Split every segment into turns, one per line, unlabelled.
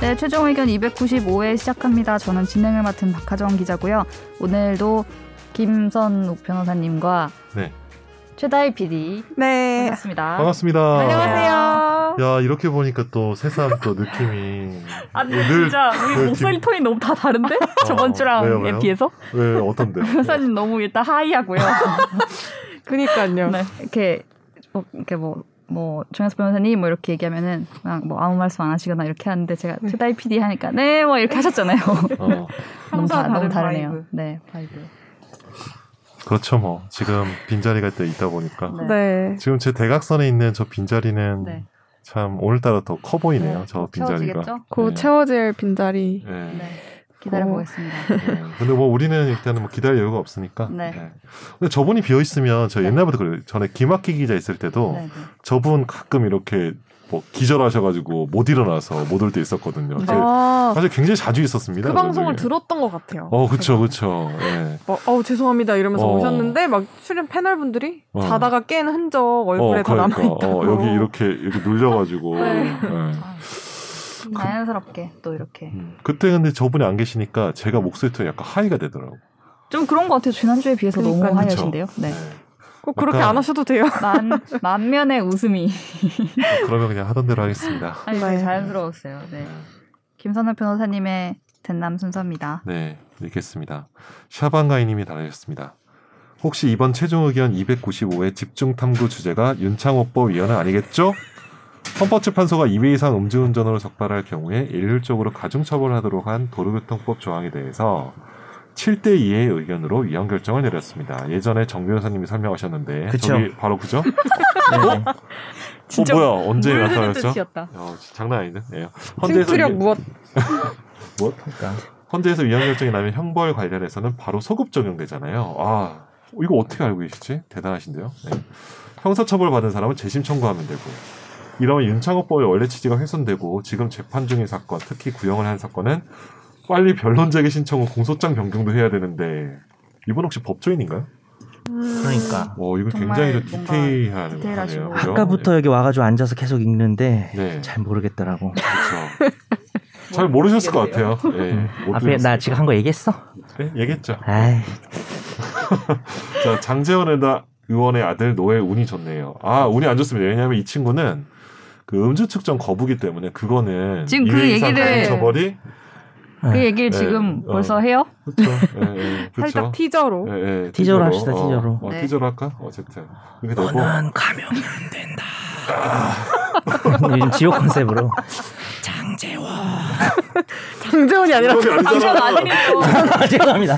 네, 최종 의견 295회 시작합니다. 저는 진행을 맡은 박하정 기자고요. 오늘도 김선욱 변호사님과
네.
최다일 PD
네.
반갑습니다.
반갑습니다.
안녕하세요.
야 이렇게 보니까 또 새삼 또 느낌이
아니
네,
네,
늘-
진짜 우리
늘
목소리
지금-
톤이 너무 다 다른데 저번
어, 왜요,
주랑에
왜요? 네.
비해서
왜 어떤데?
변호사님 너무 일단 하이하고요.
그니까요.
네. 이렇게 뭐 이렇게 뭐. 뭐 정현석 변호사님 뭐 이렇게 얘기하면은 그냥 뭐 아무 말씀 안 하시거나 이렇게 하는데 제가
네.
최다이 PD 하니까 네 뭐 이렇게 하셨잖아요.
어,
너무, 다,
항상
너무
다른
다르네요.
바이브.
네 바이브.
그렇죠 뭐 지금 빈자리가 일단 있다 보니까
네.
네.
지금 제 대각선에 있는 저 빈자리는
네.
참 오늘따라 더 커 보이네요.
네,
저
곧
빈자리가.
채워지겠죠?
곧
네.
채워질 빈자리.
예.
네 기다려 보겠습니다.
예. 근데 뭐 우리는 일단은 뭐 기다릴 여유가 없으니까.
네.
예. 근데 저분이 비어 있으면 저
네.
옛날부터 그래요. 전에 김학기 기자 있을 때도
네, 네.
저분 가끔 이렇게 뭐 기절하셔가지고 못 일어나서 못 올 때 있었거든요.
네.
근데
아,
사실 굉장히 자주 있었습니다.
그
저분이.
방송을 들었던 것 같아요.
어, 그쵸,
제가.
그쵸. 예.
막, 어우, 죄송합니다. 이러면서
어.
오셨는데, 막 출연 패널분들이
어.
자다가 깬 흔적 얼굴에
어,
더 남아있다고.
어, 여기 이렇게, 이렇게 눌려가지고.
네.
예.
자연스럽게 또 이렇게
음. 그때 근데 저분이 안 계시니까 제가 목소리 톤이 약간 하이가 되더라고.
좀 그런 것 같아요. 지난주에 비해서
그러니까요.
너무 하얘신데요. 네.
꼭 그렇게
약간-
안 하셔도 돼요.
만 만면의 웃음이
네. 그러면 그냥 하던 대로 하겠습니다.
아니 되게
네.
자연스러웠어요. 네. 김선호 변호사님의 된남 순서입니다.
네, 읽겠습니다. 샤방가이님이 달아주셨습니다. 혹시 이번 최종 의견 295의 집중 탐구 주제가 윤창호법 위헌은 아니겠죠? 헌법재판소가 2회 이상 음주운전으로 적발할 경우에 일률적으로 가중처벌하도록 한 도로교통법 조항에 대해서 7대 2의 의견으로 위헌 결정을 내렸습니다. 예전에 정 변호사님이 설명하셨는데
그쵸.
저기 바로 그죠?
네.
어 뭐야 언제
물 흐르는
나타났죠?
듯이었다.
어, 진짜 장난 아닌데? 예.
침투력 무엇.
그러니까
헌재에서 위헌 결정이 나면 형벌 관련해서는 바로 소급 적용되잖아요. 아 이거 어떻게 알고 계시지? 대단하신데요. 네. 형사처벌 받은 사람은 재심 청구하면 되고 이러면 윤창호법의 원래 취지가 훼손되고 지금 재판 중인 사건, 특히 구형을 한 사건은 빨리 변론 제기 신청 후 공소장 변경도 해야 되는데 이분 혹시 법조인인가요?
그러니까
어 이거
정말
굉장히 좀
뭔가
디테일하네요.
디테일하시고.
그죠?
아까부터 여기 와가지고 앉아서 계속 읽는데
네,
잘 모르겠더라고.
그렇죠. 잘 모르셨을 것 같아요. 예, 못
앞에 나 지금 한 거 얘기했어?
들으셨- 네, 얘기했죠.
아이,
자, 장재원 의원의 아들 노예 운이 좋네요. 아, 운이 안 좋습니다. 왜냐하면 이 친구는 그 음주 측정 거부기 때문에 그거는
지금 그
이외 이상
얘기를-
가중 처벌이
그
네.
얘기를
네,
지금
어.
벌써 해요?
그렇죠. 예, 예, 그렇죠.
살짝 티저로.
예, 예,
티저로 합시다, 티저로.
어, 어,
네.
티저로 할까? 어쨌든 이렇게 되고
너는 가면 안 된다. 요즘 지옥 컨셉으로
장재원이 아니라
어.
당신 아니니까.
죄송합니다.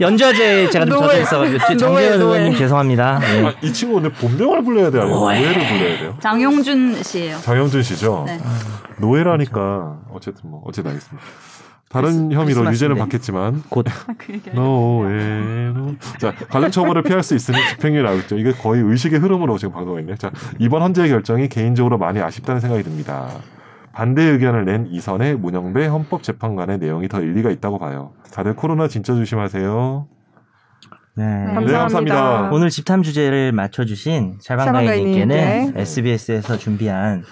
연좌제 제가 좀
노예.
젖어 있어가지고 제-
노예,
정재현 의원님
노예.
죄송합니다. 예.
아, 이 친구 오늘 본명을 불러야 돼요. 아니면
노예.
노예를 불러야 돼요.
장용준 씨예요.
장영준 씨죠.
네.
노예라니까 어쨌든 뭐 어쨌든 알겠습니다. 다른
크리스-
혐의로
크리스마스인데.
유죄는 받겠지만
곧
그 얘기.
노예로. 자, 가중 처벌을 피할 수 있으니 집행유예 나오겠죠. 이게 거의 의식의 흐름으로 지금 방송이 있네요. 자, 이번 헌재의 결정이 개인적으로 많이 아쉽다는 생각이 듭니다. 반대 의견을 낸 이선의 문영배 헌법재판관의 내용이 더 일리가 있다고 봐요. 다들 코로나 진짜 조심하세요.
네.
감사합니다. 감사합니다.
오늘 집탐 주제를 맞춰주신 샬방가이님께는
샬방가이님께.
SBS에서 준비한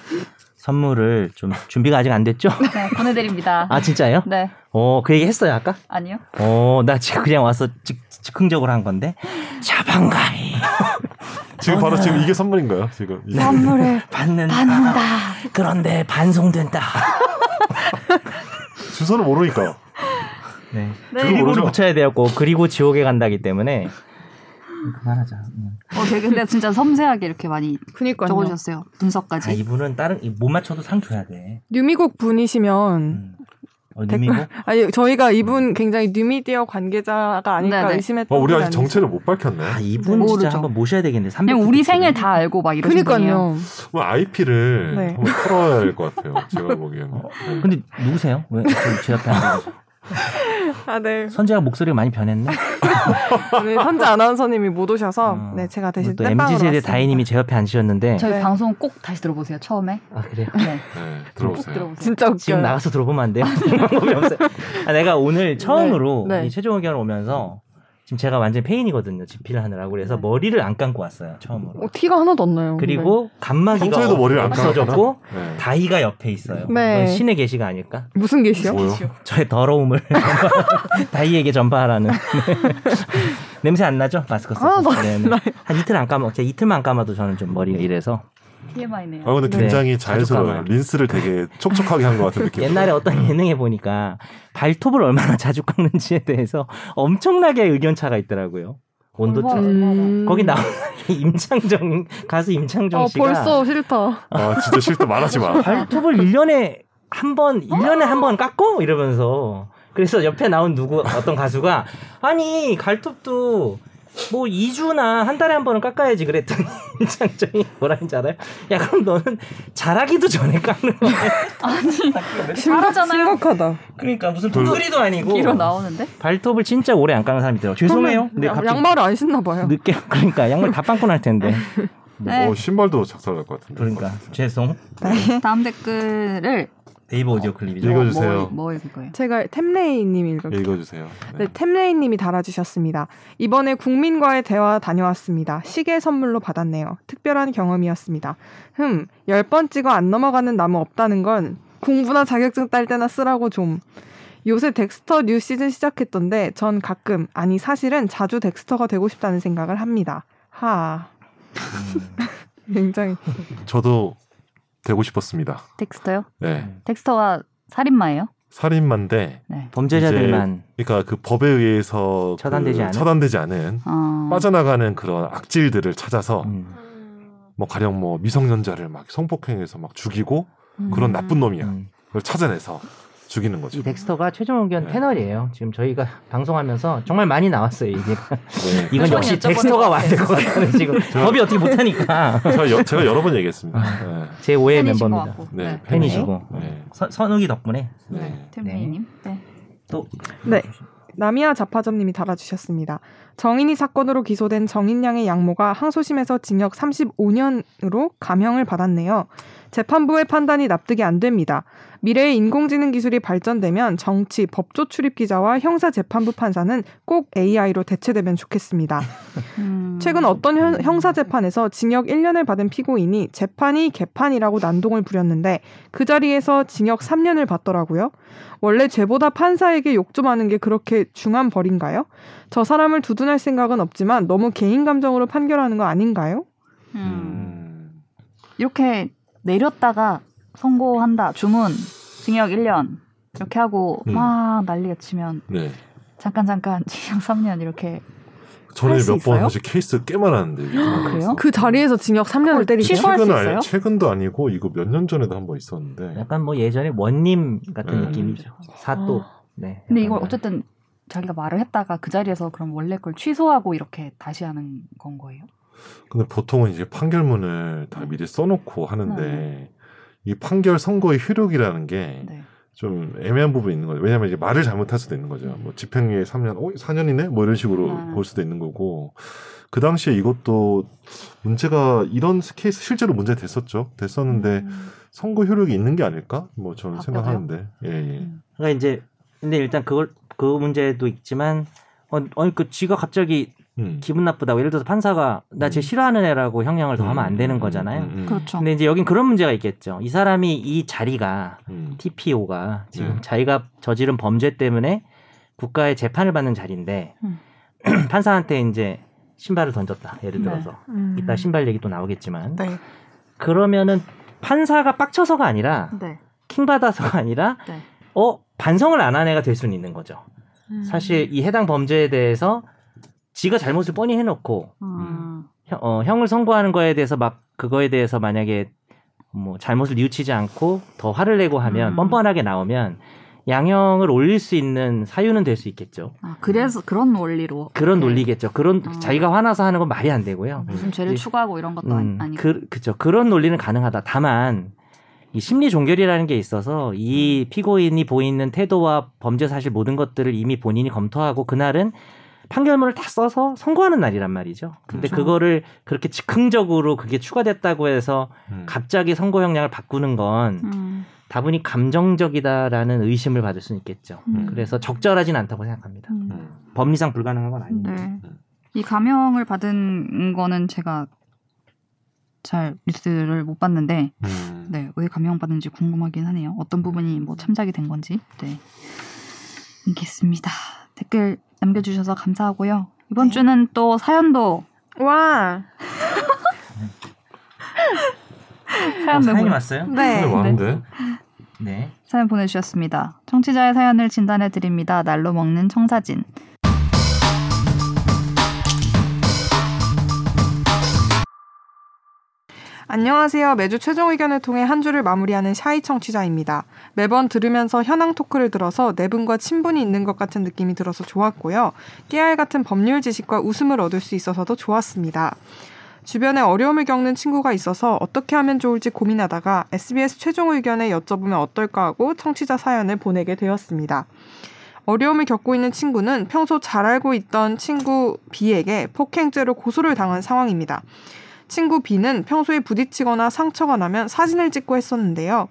선물을 좀 준비가 아직 안 됐죠?
네, 보내드립니다.
아 진짜요?
네,
어, 그 얘기 했어요 아까?
아니요.
어, 나 지금 그냥 와서 즉, 즉흥적으로 한 건데. 자방가이
지금 바로 지금 이게 선물인가요? 지금. 이게.
선물을
받는다.
받는다.
그런데 반송된다.
주소를 모르니까.
네.
그거
네.
그리고를
모르죠?
붙여야 되었고 그리고 지옥에 간다기 때문에 그만하자. 음.
어, 되게 근데 진짜 섬세하게 이렇게 많이
그니까요.
적어주셨어요.
아,
분석까지.
이분은 다른 이- 못 맞춰도 상 줘야 돼.
뉴미국 분이시면,
음. 어, 님이고
아니, 저희가 이분 굉장히 뉴미디어 관계자가 아닐까
네네.
의심했던
어, 우리
분이
아직 정체를 못 밝혔네.
아 이분
모르죠.
진짜 한번 모셔야
그냥
되겠네. 300
우리
분이시면.
생을 다 알고 막 이러신 분이에요.
그니까요.
IP를
네.
한번 털어야 될 것 같아요. 제가 보기에는. 네.
근데 누구세요? 왜 제 옆에 앉아? 계세요?
아, 네.
선재가 목소리가 많이 변했네.
오늘 선재 네, 아나운서님이 못 오셔서,
어.
네, 제가 대신
또
땜빵으로
mz 세대
왔습니다.
다희님이 제 옆에
어.
앉으셨는데.
저희
네.
방송 꼭 다시 들어보세요. 처음에.
아 그래요?
네.
네,
꼭
들어보세요.
들어보세요.
진짜 웃겨요.
지금 나가서 들어보면 안 돼요? 방법이 없어요. 아, 내가 오늘 처음으로
네.
이 최종 의견을 오면서 지금 제가 완전 페인이거든요. 집필을 하느라고 그래서 머리를 안 감고 왔어요. 처음으로.
네. 어, 티가 하나도 안 나요.
그리고 감마기가
평소에도 머리를 안 감았구나.
없어졌고
네.
다이가 옆에 있어요.
네.
이건 신의 계시가 아닐까?
근데. 무슨 계시요?
뭐요?
저의 더러움을 다이에게 전파하라는 냄새 안 나죠? 마스크 써.
아, 너무
네. 한 이틀 안 감아, 제가 이틀만 감아도 저는 좀 머리가 이래서
TMI네요.
아 근데
네.
굉장히 자연스러워요.
자주 감아요.
린스를 되게 촉촉하게 한 것 같은 느낌.
옛날에 어떤 예능에 보니까 발톱을 얼마나 자주 깎는지에 대해서 엄청나게 의견 차가 있더라고요. 온도
어, 음.
차.
음.
거기 나오는 임창정 가수 임창정
아,
씨가
벌써 싫다.
아 진짜 싫다 말하지 마.
발톱을 1년에 한 번, 1년에 한 번 깎고? 이러면서. 그래서 옆에 나온 누구, 어떤 가수가, 아니, 갈톱도 뭐 2주나 한 달에 한 번은 깎아야지 그랬더니, 장정이 뭐라 했는지 알아요? 야, 그럼 너는 자라기도 전에 깎는 거야.
심각,
잘하잖아요.
심각하다.
그러니까 무슨
돌-
도토리도 아니고.
길어 나오는데?
발톱을 진짜 오래 안 깎는 사람이 있더라고요. 죄송해요. 근데
양-
갑자기
양말을 안 신나 봐요.
늦게, 그러니까 양말 다 빵꾸 날 텐데.
어 신발도 작살날 것 같은데.
네. 그러니까. 죄송.
다음 댓글을
네이버 오디오 클립이죠. 음.
이거- 읽어주세요.
뭐, 뭐 읽을 거예요?
제가 템레이님 읽을게요.
읽어주세요. 네.
네, 템레이님이 달아주셨습니다. 이번에 국민과의 대화 다녀왔습니다. 시계 선물로 받았네요. 특별한 경험이었습니다. 흠, 열 번 찍어 안 넘어가는 나무 없다는 건 공부나 자격증 딸 때나 쓰라고 좀. 요새 덱스터 뉴 시즌 시작했던데 전 가끔 아니 사실은 자주 덱스터가 되고 싶다는 생각을 합니다. 하,
음.
굉장히
저도 되고 싶었습니다.
텍스터요?
음.
네.
텍스터가 살인마예요?
살인마인데,
네.
범죄자들만.
그러니까 그 법에 의해서
처단되지
그
않은?
처단되지 않은
어...
빠져나가는 그런 악질들을 찾아서
음.
뭐 가령 뭐 미성년자를 막 성폭행해서 막 죽이고
음.
그런 나쁜 놈이야.
음.
그걸 찾아내서 죽이는 거죠.
이 덱스터가 최종 의견
네.
패널이에요. 지금 저희가 방송하면서 정말 많이 나왔어요. 이게
네.
이건
최종이야,
역시
저번에.
덱스터가 와야 될 것 같아요. 지금 법이 어떻게 못하니까
제가, 여, 제가 여러 번 얘기했습니다. 네.
제 5의
팬이신 것
멤버입니다.
같고.
네,
팬이시고
네.
선- 선욱이 덕분에
네.
네. 템레이님. 네.
또
네. 나미아 자파점님이 달아주셨습니다. 정인이 사건으로 기소된 정인양의 양모가 항소심에서 징역 35년으로 감형을 받았네요. 재판부의 판단이 납득이 안 됩니다. 미래의 인공지능 기술이 발전되면 정치, 법조 출입 기자와 형사 재판부 판사는 꼭 AI로 대체되면 좋겠습니다.
음.
최근 어떤 현- 형사 재판에서 징역 1년을 받은 피고인이 재판이 개판이라고 난동을 부렸는데 그 자리에서 징역 3년을 받더라고요. 원래 죄보다 판사에게 욕 좀 하는 게 그렇게 중한 벌인가요? 저 사람을 두둔할 생각은 없지만 너무 개인 감정으로 판결하는 거 아닌가요?
음.
음.
이렇게 내렸다가 선고한다. 주문 징역 1년 이렇게 하고
음.
막 난리가 치면
네.
잠깐 잠깐 징역 3년 이렇게
저는
할수
몇 번
있어요?
사실 케이스 꽤 많았는데. 이렇게 나와서.
그
자리에서 징역 3년을
때리세요? 취소할 수
최근
있어요? 네.
아니, 최근도 아니고 이거 몇 년 전에도 한 번 있었는데.
약간 뭐 예전에 원님 같은
네.
느낌이죠. 사또. 네.
아. 근데
약간
이걸
그런.
어쨌든 자기가 말을 했다가 그 자리에서 그럼 원래 걸 취소하고 이렇게 다시 하는 건 거예요?
근데 보통은 이제
음.
판결문을 다 미리 써놓고 하는데 이 판결 선고의 효력이라는 게
네.
좀 애매한 부분이 있는 거죠. 왜냐하면 이제 말을 잘못할 수도 있는 거죠. 뭐 집행유예 3년, 어, 4년이네? 뭐 이런 식으로
아.
볼 수도 있는 거고. 그 당시에 이것도 문제가 이런 케이스 실제로 문제 됐었죠. 됐었는데
음.
선고 효력이 있는 게 아닐까? 뭐 저는
바꿔서요? 음.
생각하는데. 예, 예.
그러니까 이제 근데 일단 그걸 그 문제도 있지만 어, 아니 그 지가 갑자기
음.
기분 나쁘다고 예를 들어서 판사가 나 쟤
음.
싫어하는 애라고 형량을 더 하면 안 되는
음,
거잖아요.
음, 음, 음.
그렇죠.
근데 이제 여긴 그런 문제가 있겠죠. 이 사람이 이 자리가
음.
TPO가 지금
네.
자기가 저지른 범죄 때문에 국가의 재판을 받는 자리인데
음.
판사한테 이제 신발을 던졌다. 예를
네.
들어서 이따 신발 얘기 또 나오겠지만
네.
그러면은 판사가 빡쳐서가 아니라
네.
킹 받아서가 아니라
네.
어 반성을 안 한 애가 될 수는 있는 거죠.
음.
사실 이 해당 범죄에 대해서 지가 잘못을 뻔히 해놓고
음.
형, 어, 형을 선고하는 거에 대해서 막 그거에 대해서 만약에 뭐 잘못을 뉘우치지 않고 더 화를 내고 하면
음.
뻔뻔하게 나오면 양형을 올릴 수 있는 사유는 될 수 있겠죠.
아, 그래서 그런 원리로
그런
이렇게
논리겠죠. 그런
음.
자기가 화나서 하는 건 말이 안 되고요.
무슨 죄를
이-
추구하고 이런 것도
음,
아니, 고
그, 그죠. 그런 논리는 가능하다. 다만 이 심리 종결이라는 게 있어서
음.
이 피고인이 보이는 태도와 범죄 사실 모든 것들을 이미 본인이 검토하고 그날은 판결문을 다 써서 선고하는 날이란 말이죠. 근데
그렇죠.
그거를 그렇게 즉흥적으로 그게 추가됐다고 해서
음.
음.
갑자기 선고 형량을 바꾸는 건 다분히 감정적이다라는 의심을 받을 수는 있겠죠.
음.
그래서 적절하진 않다고 생각합니다.
음.
음.
법리상 불가능한 건 아니에요.
네. 이 감형을 받은 거는 제가 잘 뉴스를 못 봤는데
음.
네, 왜 감형받는지 궁금하긴 하네요. 어떤 부분이 뭐 참작이 된 건지. 네. 알겠습니다. 댓글 남겨주셔서 감사하고요. 이번
네.
주는 또 사연도
와.
어,
사연도
사연이
보내-
왔어요?
근데
네.
많은데.
네.
사연 보내주셨습니다. 청취자의 사연을 진단해 드립니다. 날로 먹는 청사진.
안녕하세요. 매주 최종 의견을 통해 한 주를 마무리하는 샤이 청취자입니다. 매번 들으면서 현황 토크를 들어서 내분과 친분이 있는 것 같은 느낌이 들어서 좋았고요. 깨알 같은 법률 지식과 웃음을 얻을 수 있어서도 좋았습니다. 주변에 어려움을 겪는 친구가 있어서 어떻게 하면 좋을지 고민하다가 SBS 최종 의견에 여쭤보면 어떨까 하고 청취자 사연을 보내게 되었습니다. 어려움을 겪고 있는 친구는 평소 잘 알고 있던 친구 B에게 폭행죄로 고소를 당한 상황입니다. 친구 B는 평소에 부딪히거나 상처가 나면 사진을 찍고 했었는데요.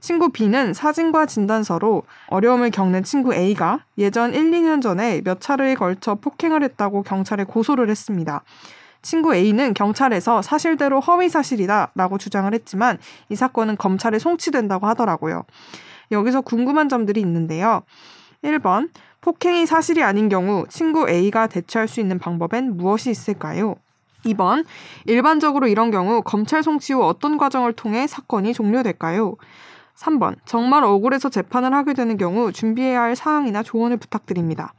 친구 B는 사진과 진단서로 어려움을 겪는 친구 A가 예전 1, 2년 전에 몇 차례에 걸쳐 폭행을 했다고 경찰에 고소를 했습니다. 친구 A는 경찰에서 사실대로 허위사실이다라고 주장을 했지만 이 사건은 검찰에 송치된다고 하더라고요. 여기서 궁금한 점들이 있는데요. 1번, 폭행이 사실이 아닌 경우 친구 A가 대처할 수 있는 방법엔 무엇이 있을까요? 2번, 일반적으로 이런 경우 검찰 송치 후 어떤 과정을 통해 사건이 종료될까요? 3번. 정말 억울해서 재판을 하게 되는 경우 준비해야 할 사항이나 조언을 부탁드립니다.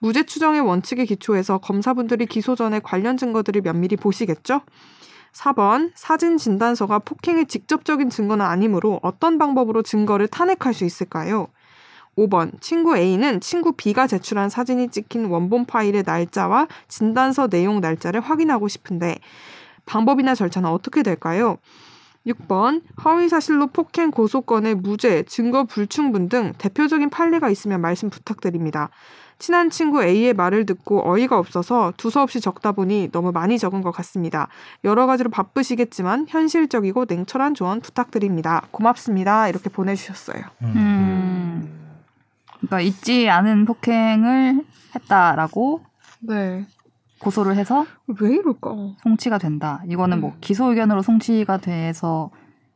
무죄 추정의 원칙에 기초해서 검사분들이 기소 전에 관련 증거들을 면밀히 보시겠죠? 4번. 사진 진단서가 폭행의 직접적인 증거는 아니므로 어떤 방법으로 증거를 탄핵할 수 있을까요? 5번. 친구 A는 친구 B가 제출한 사진이 찍힌 원본 파일의 날짜와 진단서 내용 날짜를 확인하고 싶은데 방법이나 절차는 어떻게 될까요? 6번 허위 사실로 폭행 고소건의 무죄, 증거 불충분 등 대표적인 판례가 있으면 말씀 부탁드립니다. 친한 친구 A의 말을 듣고 어이가 없어서 두서없이 적다 보니 너무 많이 적은 것 같습니다. 여러 가지로 바쁘시겠지만 현실적이고 냉철한 조언 부탁드립니다. 고맙습니다. 이렇게 보내주셨어요.
음.
음, 그러니까 잊지 않은 폭행을 했다라고
네.
고소를 해서
왜 이럴까?
송치가 된다. 이거는 뭐
음.
기소 의견으로 송치가 돼서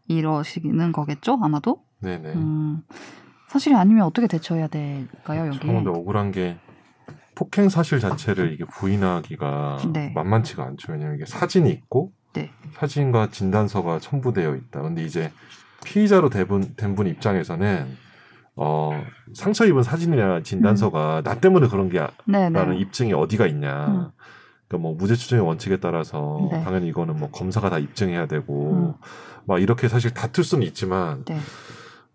이러시는 거겠죠? 아마도.
네네.
음, 사실이 아니면 어떻게 대처해야 될까요? 여기.
참 근데 억울한 게 폭행 사실 자체를 이게 부인하기가
네.
만만치가 않죠. 왜냐면 이게 사진이 있고
네.
사진과 진단서가 첨부되어 있다. 근데 이제 피의자로 대분 된분 입장에서는 어 상처 입은 사진이나
음.
진단서가 나 때문에 그런 게
네,
라는
네.
입증이 어디가 있냐.
음.
그러니까 뭐 무죄 추정의 원칙에 따라서
네.
당연히 이거는 뭐 검사가 다 입증해야 되고
음.
막 이렇게 사실 다툴 수는 있지만
네.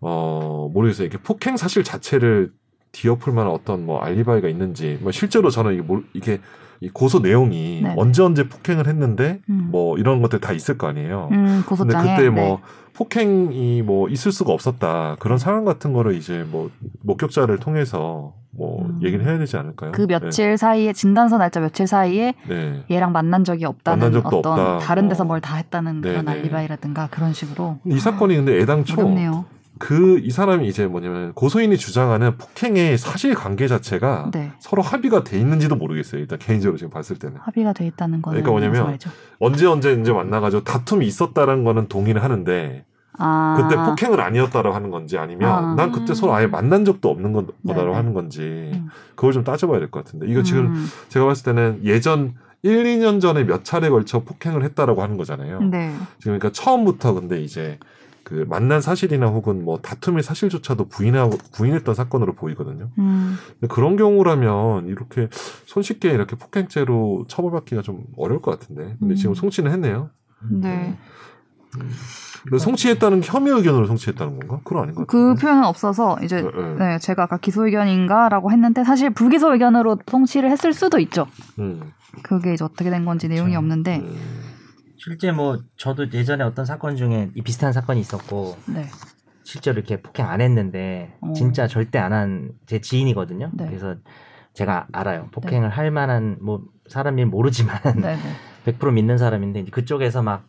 어 모르겠어요. 이렇게 폭행 사실 자체를 뒤엎을 만한 어떤 뭐 알리바이가 있는지 뭐 실제로 저는 이게 뭘- 이게 이 고소 내용이
네네.
언제 언제 폭행을 했는데
음.
뭐 이런 것들 다 있을 거 아니에요.
음,
근데
고소장에 네.
그때 뭐 폭행이 뭐 있을 수가 없었다 그런 상황 같은 거를 이제 뭐 목격자를 통해서 뭐
음.
얘기를 해야 되지 않을까요?
그 며칠 사이에 진단서 날짜 며칠 사이에
네. 네.
얘랑 만난 적이 없다는
만난 적도
어떤
없다.
다른 데서
어.
뭘 다 했다는 그런
네네.
알리바이라든가 그런 식으로
이 사건이 근데 애당초
어렵네요.
그 이 사람이 이제 뭐냐면 고소인이 주장하는 폭행의 사실 관계 자체가
네.
서로 합의가 돼 있는지도 모르겠어요. 일단 개인적으로 지금 봤을 때는
합의가 돼 있다는 거는
그러니까 뭐냐면
무슨 말이죠?
언제 언제 언제 만나가지고 다툼이 있었다라는 거는 동의를 하는데
아,
그때 폭행은 아니었다라고 하는 건지 아니면
아.
난 그때 서로 아예 만난 적도 없는 건- 거다라고
네네.
하는 건지
음.
그걸 좀 따져봐야 될 것 같은데 이거 지금
음,
제가 봤을 때는 예전 1, 2년 전에 몇 차례 걸쳐 폭행을 했다라고 하는 거잖아요.
네.
지금 그러니까 처음부터 근데 이제 그 만난 사실이나 혹은 뭐 다툼의 사실조차도 부인하고 부인했던 사건으로 보이거든요.
음,
근데 그런 경우라면 이렇게 손쉽게 이렇게 폭행죄로 처벌받기가 좀 어려울 것 같은데. 근데 지금
음.
송치는 했네요.
네.
근데 송치했다는 혐의 의견으로 송치했다는 건가? 그건 아닌 것
그
같은데.
표현은 없어서 이제
예, 예.
네, 제가 아까 기소 의견인가라고 했는데 사실 불기소 의견으로 통치를 했을 수도 있죠.
음,
그게 이제 어떻게 된 건지 내용이
그렇죠.
없는데.
음.
실제 뭐 저도 예전에 어떤 사건 중에 이 비슷한 사건이 있었고
네.
실제로 이렇게 폭행 안 했는데
어.
진짜 절대 안 한 제 지인이거든요.
네.
그래서 제가 알아요. 폭행을 할 만한 뭐 사람일 모르지만
네, 네.
100% 믿는 사람인데 이제 그쪽에서 막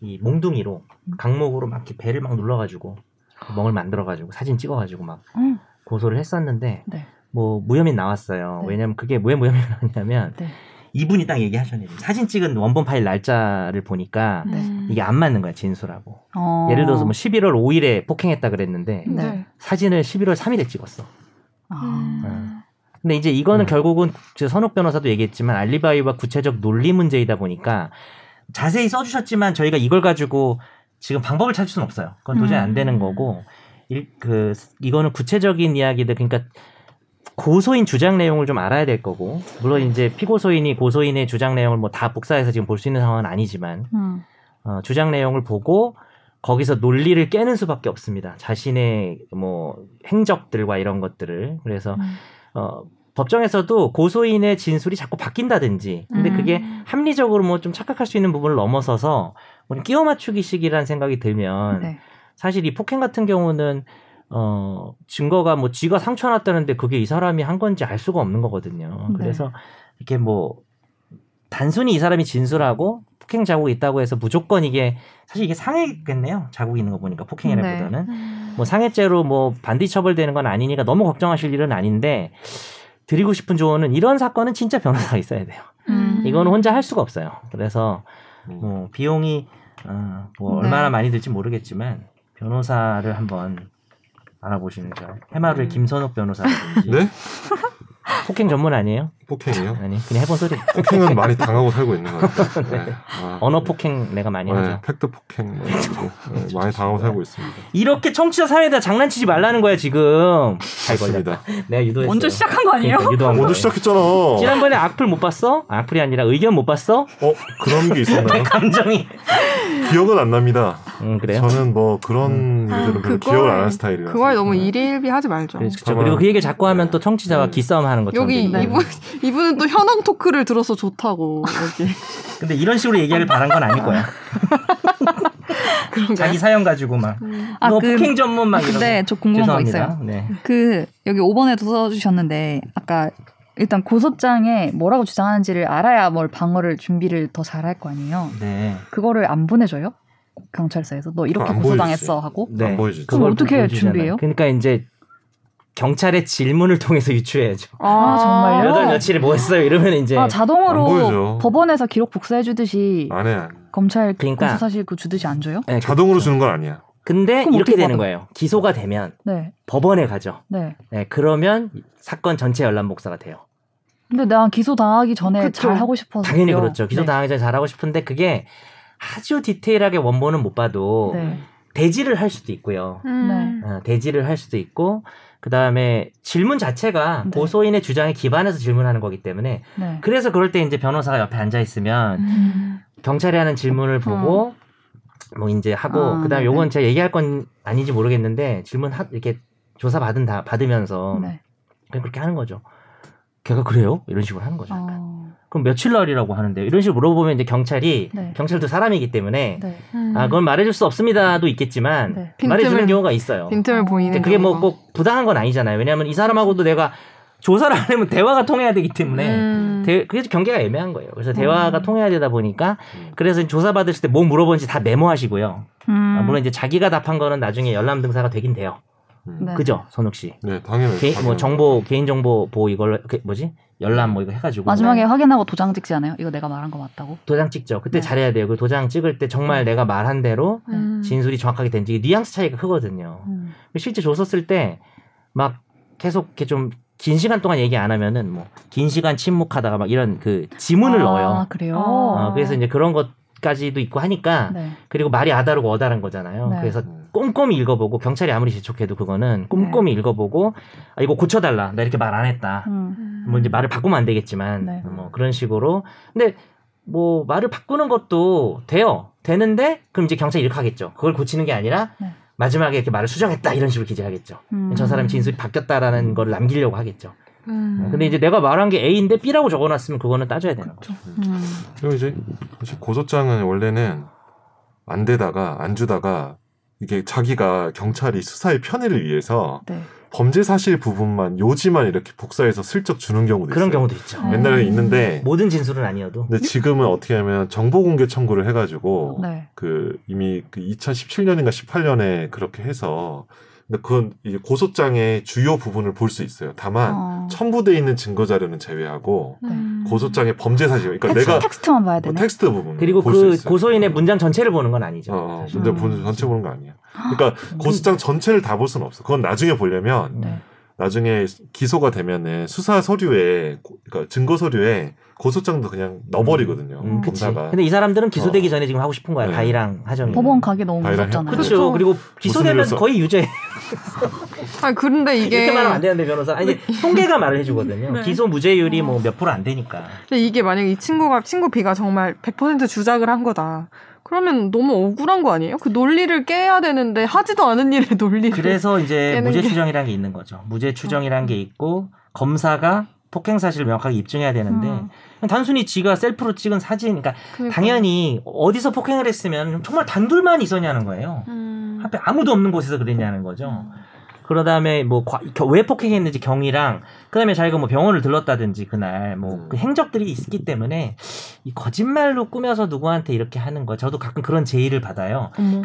이 몽둥이로
음.
강목으로 막 이렇게 배를 막 눌러가지고 멍을 만들어가지고 사진 찍어가지고 막
음.
고소를 했었는데
네.
뭐 무혐의 나왔어요.
네.
왜냐면 그게 왜 무혐의 나왔냐면
네.
이분이 딱 얘기하셨는데 사진 찍은 원본 파일 날짜를 보니까
네.
음.
이게 안 맞는 거야 진술하고.
어.
예를 들어서 뭐 11월 5일에 폭행했다 그랬는데
음.
네.
사진을 11월 3일에 찍었어.
아.
음.
근데 이제 이거는
음.
결국은 저 선욱 변호사도 얘기했지만 알리바이와 구체적 논리 문제이다 보니까 자세히 써주셨지만 저희가 이걸 가지고 지금 방법을 찾을 수는 없어요. 그건 도저히
음.
안 되는 거고 일, 그 이거는 구체적인 이야기들 그러니까 고소인 주장 내용을 좀 알아야 될 거고 물론 이제 피고소인이 고소인의 주장 내용을 뭐 다 복사해서 지금 볼 수 있는 상황은 아니지만
음.
어, 주장 내용을 보고 거기서 논리를 깨는 수밖에 없습니다. 자신의 뭐 행적들과 이런 것들을 그래서
음.
어, 법정에서도 고소인의 진술이 자꾸 바뀐다든지 근데
음.
그게 합리적으로 뭐 좀 착각할 수 있는 부분을 넘어서서 뭐 끼워 맞추기식이라는 생각이 들면
네.
사실 이 폭행 같은 경우는 어 증거가 뭐 쥐가 상처 났다는데 그게 이 사람이 한 건지 알 수가 없는 거거든요.
네.
그래서 이렇게 뭐 단순히 이 사람이 진술하고 폭행 자국이 있다고 해서 무조건 이게 사실 이게 상해겠네요. 자국이 있는 거 보니까
네.
폭행이라기보다는
음.
뭐 상해죄로 뭐 반드시 처벌되는 건 아니니까 너무 걱정하실 일은 아닌데 드리고 싶은 조언은 이런 사건은 진짜 변호사가 있어야 돼요.
음.
이건 혼자 할 수가 없어요. 그래서
음.
뭐 비용이 어, 뭐
네.
얼마나 많이 들지 모르겠지만 변호사를 한번 알아보시는 게 해마루의
음.
김선욱 변호사라든지
네?
폭행 전문 아니에요?
폭행이요?
아니 그냥 해본 소리
폭행은 많이 당하고 살고 있는 것 같아요. 네. 아,
언어 폭행 내가 많이
네,
하죠
팩트 폭행 뭐 이런 거. 네, 많이 당하고 살고 있습니다.
이렇게 청취자 사회에다 장난치지 말라는 거야 지금 잘 걸렸다
맞습니다.
내가 유도했어요
먼저 시작한 거 아니에요?
그러니까 유도한
먼저
거예요.
시작했잖아.
지난번에 악플 못 봤어? 악플이 아니라 의견 못 봤어?
어 그런 게 있었나요?
감정이
기억은 안 납니다.
음 그래요?
저는 뭐 그런
음.
일들은 별로
그걸-
기억을 안 하는 스타일이라서.
그걸 너무
네.
일일비 하지 말죠.
그래서 그쵸.
저는-
그리고 그 얘기를 자꾸 하면 또 청취자와
음.
기싸움 하는 것처럼
여기
들리고.
이분 이분은 또 현황 토크를 들어서 좋다고 여기
근데 이런 식으로 얘기를 바란 건 아닐 거야
그런가요?
자기 사연 가지고 막
음.
아,
뭐
그-
폭행 전문 막 이런
근데 저 궁금한 거 있어요.
죄송합니다. 네.
그 여기 5번에도 써주셨는데 아까 일단 고소장에 뭐라고 주장하는지를 알아야 뭘 방어를 준비를 더 잘할 거 아니에요.
네.
그거를 안 보내줘요? 경찰서에서 너 이렇게
안
고소당했어 하고
네.
안 보여주죠.
그걸 어떻게
보여주잖아요.
준비해요?
그러니까 이제 경찰의 질문을 통해서 유추해야죠.
아, 정말요?
여덟 며칠에 뭐 했어요? 이러면 이제
아
안 보여줘.
자동으로 법원에서 기록 복사해 주듯이
안 해. 안 해.
검찰
아, 그러니까-
고소 사실 그 주듯이 안 줘요?
네, 그-
자동으로 주는 건 아니야.
근데
그럼
이렇게
어떻게
되는
받아?
거예요. 기소가 되면
네,
법원에 가죠.
네.
네, 그러면 사건 전체 열람 복사가 돼요.
근데 난 기소 당하기 전에
그쵸.
잘 하고 싶어서
당연히 그렇죠. 기소
네.
당하기 전에 잘하고 싶은데 그게 아주 디테일하게 원본은 못 봐도
네.
대지를 할 수도 있고요.
음.
네.
어, 대지를 할 수도 있고 그 다음에 질문 자체가
네.
고소인의 주장에 기반해서 질문하는 거기 때문에
네.
그래서 그럴 때 이제 변호사가 옆에 앉아 있으면 경찰이 하는 질문을 보고 뭐 이제 하고
어. 아,
그다음
네네.
에 요건 제가 얘기할 건 아닌지 모르겠는데 질문 하, 이렇게 조사 받은 다 받으면서
네.
그냥 그렇게 하는 거죠. 걔가 그래요? 이런 식으로 하는 거죠. 약간.
어,
그럼 며칠 날이라고 하는데 이런 식으로 물어보면 이제 경찰이
네.
경찰도 사람이기 때문에
네.
음.
아 그건 말해줄 수 없습니다도 있겠지만
네.
말해주는
빈틈을-
경우가 있어요.
빈틈을 보이는
근데 그게
경우가.
뭐 꼭 부당한 건 아니잖아요. 왜냐하면 이 사람하고도 내가 조사를 하려면 대화가 통해야 되기 때문에
음.
네. 대, 그래서 경계가 애매한 거예요. 그래서
음.
대화가 통해야 되다 보니까
음.
그래서 조사 받으실 때 뭐 물어본지 다 메모하시고요. 아,
음,
물론 이제 자기가 답한 거는 나중에 열람 등사가 되긴 돼요.
음.
네.
그죠, 선욱 씨?
네, 당연히.
개, 뭐 정보 개인 정보 보호 이걸 그 뭐지 열람 뭐 이거 해가지고
마지막에 확인하고 도장 찍지 않아요? 이거 내가 말한 거 맞다고?
도장 찍죠. 그때
네.
잘해야 돼요. 그 도장 찍을 때 정말 내가 말한 대로
음.
진술이 정확하게 된지 뉘앙스 차이가 크거든요.
음.
실제 줬었을 때 막 계속 이렇게 좀 긴 시간 동안 얘기 안 하면은 뭐 긴 시간 침묵하다가 막 이런 그 지문을
아,
넣어요.
그래요?
아.
어, 그래서 이제 그런 것까지도 있고 하니까
네.
그리고 말이 아다르고 어다른 거잖아요.
네.
그래서
음.
꼼꼼히 읽어보고 경찰이 아무리 지촉해도 그거는
네.
꼼꼼히 읽어보고 아, 이거 고쳐달라. 나 이렇게 말 안 했다.
음.
뭐 이제 말을 바꾸면 안 되겠지만
네.
뭐 그런 식으로. 근데 뭐 말을 바꾸는 것도 돼요. 되는데 그럼 이제 경찰이 이렇게 하겠죠. 그걸 고치는 게 아니라
네.
마지막에 이렇게 말을 수정했다 이런 식으로 기재하겠죠.
음.
저 사람 진술이 바뀌었다라는 걸 남기려고 하겠죠.
음.
근데 이제 내가 말한 게 A인데 B라고 적어놨으면 그거는 따져야 되는 거죠.
음.
그리고 이제 사실 고소장은 원래는 안 되다가 안 주다가 이게 자기가 경찰이 수사의 편의를 위해서
네.
범죄 사실 부분만 요지만 이렇게 복사해서 슬쩍 주는 경우도
그런
있어요.
경우도 있죠.
네.
옛날에 있는데 네.
모든 진술은 아니어도.
근데 지금은 어떻게 하면 정보 공개 청구를
어.
해가지고
네.
그 이미 그 2017년인가 18년에 그렇게 해서 근데 그건 이 고소장의 주요 부분을 볼 수 있어요. 다만
아,
어.
첨부돼 있는 증거 자료는 제외하고
음. 네.
고소장의 범죄 사실 그러니까
텍스,
내가
텍스트만 봐야
뭐
아, 되네.
텍스트 부분
그리고
볼수
그
있어요.
고소인의 문장 전체를 보는 건 아니죠.
어, 어,
사실.
문제
음.
보는 전체 보는 거 아니야. 그러니까 고소장 전체를 다 볼 수는 없어. 그건 나중에 보려면
네.
나중에 기소가 되면은 수사 서류에 고- 그러니까 증거 서류에 고소장도 그냥 넣어버리거든요.
음, 그치.
검사가
근데 이 사람들은 기소되기
어.
전에 지금 하고 싶은 거야.
네.
다이랑 하정이.
법원 가기 너무
바이럴
무섭잖아요.
했고.
그렇죠. 그리고 기소되면
일로서-
거의 유죄.
아니 근데 이게
이렇게 말하면 안 되는데 변호사. 아니 통계가 말을 해주거든요. 기소 무죄율이 뭐 몇 프로 안 되니까.
근데 이게 만약에 이 친구가 친구 B가 정말 100% 주작을 한 거다. 그러면 너무 억울한 거 아니에요? 그 논리를 깨야 되는데 하지도 않은 일의 논리를.
그래서 이제
깨는
무죄
게-
추정이라는 게 있는 거죠. 무죄 추정이라는 게 있고 검사가 폭행 사실을 명확하게 입증해야 되는데
음.
단순히 지가 셀프로 찍은 사진, 그러니까
그러니까.
당연히 어디서 폭행을 했으면 정말 단둘만 있었냐는 거예요.
음.
앞에 아무도 없는 곳에서 그랬냐는 거죠. 그러다음에 뭐 왜 폭행했는지 경위랑 그다음에 자기가 뭐 병원을 들렀다든지 그날 뭐
음.
그 행적들이 있기 때문에 이 거짓말로 꾸며서 누구한테 이렇게 하는 거 저도 가끔 그런 제의를 받아요.
어머.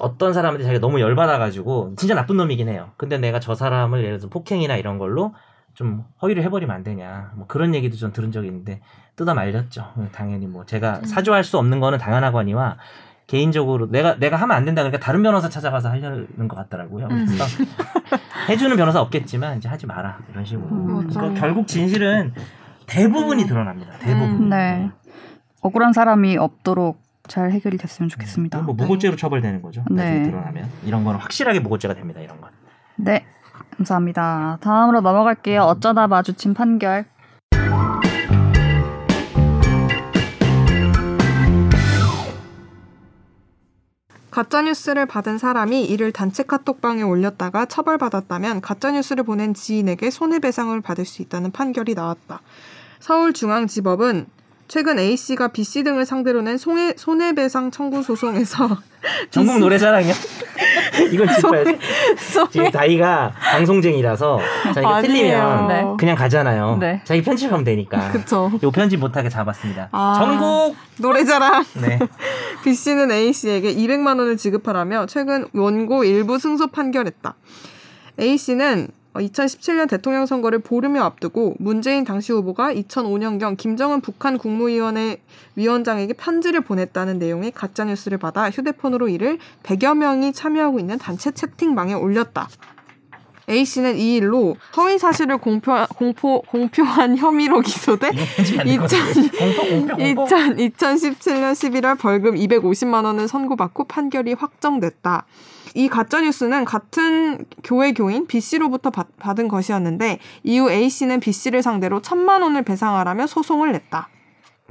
어떤 사람한테 자기가 너무 열받아가지고 진짜 나쁜 놈이긴 해요. 근데 내가 저 사람을 예를 들어 서 폭행이나 이런 걸로 좀 허위를 해버리면 안 되냐. 뭐 그런 얘기도 좀 들은 적이 있는데 뜯어 말렸죠. 당연히 뭐 제가
음.
사주할 수 없는 거는 당연하거니와 개인적으로 내가 내가 하면 안 된다 그러니까 다른 변호사 찾아가서 하려는 것 같더라고요.
음.
그래서 해주는 변호사 없겠지만 이제 하지 마라 이런 식으로.
음,
그러니까
맞아요.
결국 진실은 대부분이 드러납니다. 대부분.
음,
네. 억울한 사람이 없도록 잘 해결이 됐으면 좋겠습니다.
뭐 무고죄로 처벌되는 거죠.
네.
나중에 드러나면 이런 거는 확실하게 무고죄가 됩니다. 이런 건.
네, 감사합니다. 다음으로 넘어갈게요. 어쩌다 마주친 판결.
가짜뉴스를 받은 사람이 이를 단체 카톡방에 올렸다가 처벌받았다면 가짜뉴스를 보낸 지인에게 손해배상을 받을 수 있다는 판결이 나왔다. 서울중앙지법은 최근 A씨가 B씨 등을 상대로 낸 손해, 손해배상 청구 소송에서
전국 노래자랑이야. 이건 진짜 지금
소매.
다이가 방송쟁이라서 자기가 틀리면
네.
그냥 가잖아요.
네.
자기 편집하면 되니까.
그쵸.
요 편집 못하게 잡았습니다.
아.
전국
노래자랑
네.
B 씨는 A 씨에게 200만 원을 지급하라며 최근 원고 일부 승소 판결했다. A 씨는 2017년 대통령 선거를 보름여 앞두고 문재인 당시 후보가 2005년경 김정은 북한 국무위원회 위원장에게 편지를 보냈다는 내용의 가짜 뉴스를 받아 휴대폰으로 이를 100여 명이 참여하고 있는 단체 채팅방에 올렸다. A 씨는 이 일로 허위 사실을 공표, 공포, 공표한 혐의로 기소돼
이거 편집 안될 것 같아.
이천-
공포 공포 공포.
2000, 2017년 11월 벌금 250만 원을 선고받고 판결이 확정됐다. 이 가짜뉴스는 같은 교회 교인 B씨로부터 받, 받은 것이었는데 이후 A씨는 B씨를 상대로 천만 원을 배상하라며 소송을 냈다.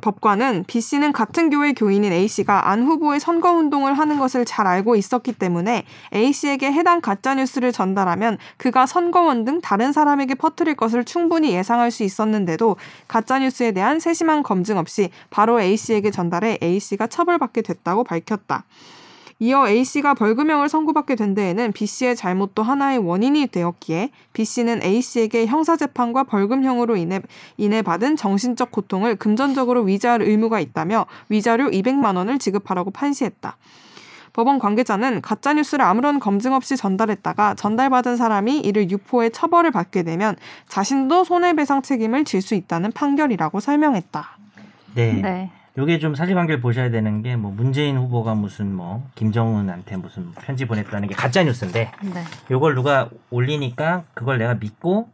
법관은 B씨는 같은 교회 교인인 A씨가 안 후보의 선거운동을 하는 것을 잘 알고 있었기 때문에 A씨에게 해당 가짜뉴스를 전달하면 그가 선거원 등 다른 사람에게 퍼뜨릴 것을 충분히 예상할 수 있었는데도 가짜뉴스에 대한 세심한 검증 없이 바로 A씨에게 전달해 A씨가 처벌받게 됐다고 밝혔다. 이어 A씨가 벌금형을 선고받게 된 데에는 B씨의 잘못도 하나의 원인이 되었기에 B씨는 A씨에게 형사재판과 벌금형으로 인해, 인해 받은 정신적 고통을 금전적으로 위자할 의무가 있다며 위자료 200만 원을 지급하라고 판시했다. 법원 관계자는 가짜뉴스를 아무런 검증 없이 전달했다가 전달받은 사람이 이를 유포해 처벌을 받게 되면 자신도 손해배상 책임을 질 수 있다는 판결이라고 설명했다.
네.
네.
요게 좀 사실관계를 보셔야 되는 게 뭐 문재인 후보가 무슨 뭐 김정은한테 무슨 편지 보냈다는 게 가짜 뉴스인데
네.
요걸 누가 올리니까 그걸 내가 믿고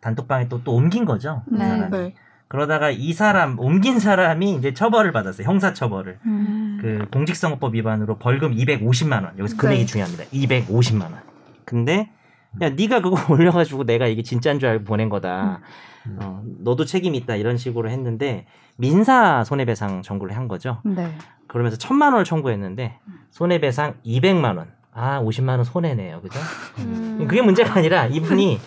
단톡방에 또 또 옮긴 거죠. 그
네.
음.
사람이. 그러다가 이 사람 옮긴 사람이 이제 처벌을 받았어요. 형사 처벌을.
음.
음.
그 공직선거법 위반으로 벌금 250만 원. 여기서
네.
금액이 중요합니다. 250만 원. 근데 야 네가 그거 올려가지고 내가 이게 진짜인 줄 알고 보낸 거다.
음.
어, 너도 책임 있다 이런 식으로 했는데 민사 손해배상 청구를 한 거죠.
네.
그러면서 천만 원을 청구했는데 손해배상 200만 원. 아 50만 원 손해네요, 그죠?
음.
그게 문제가 아니라 이분이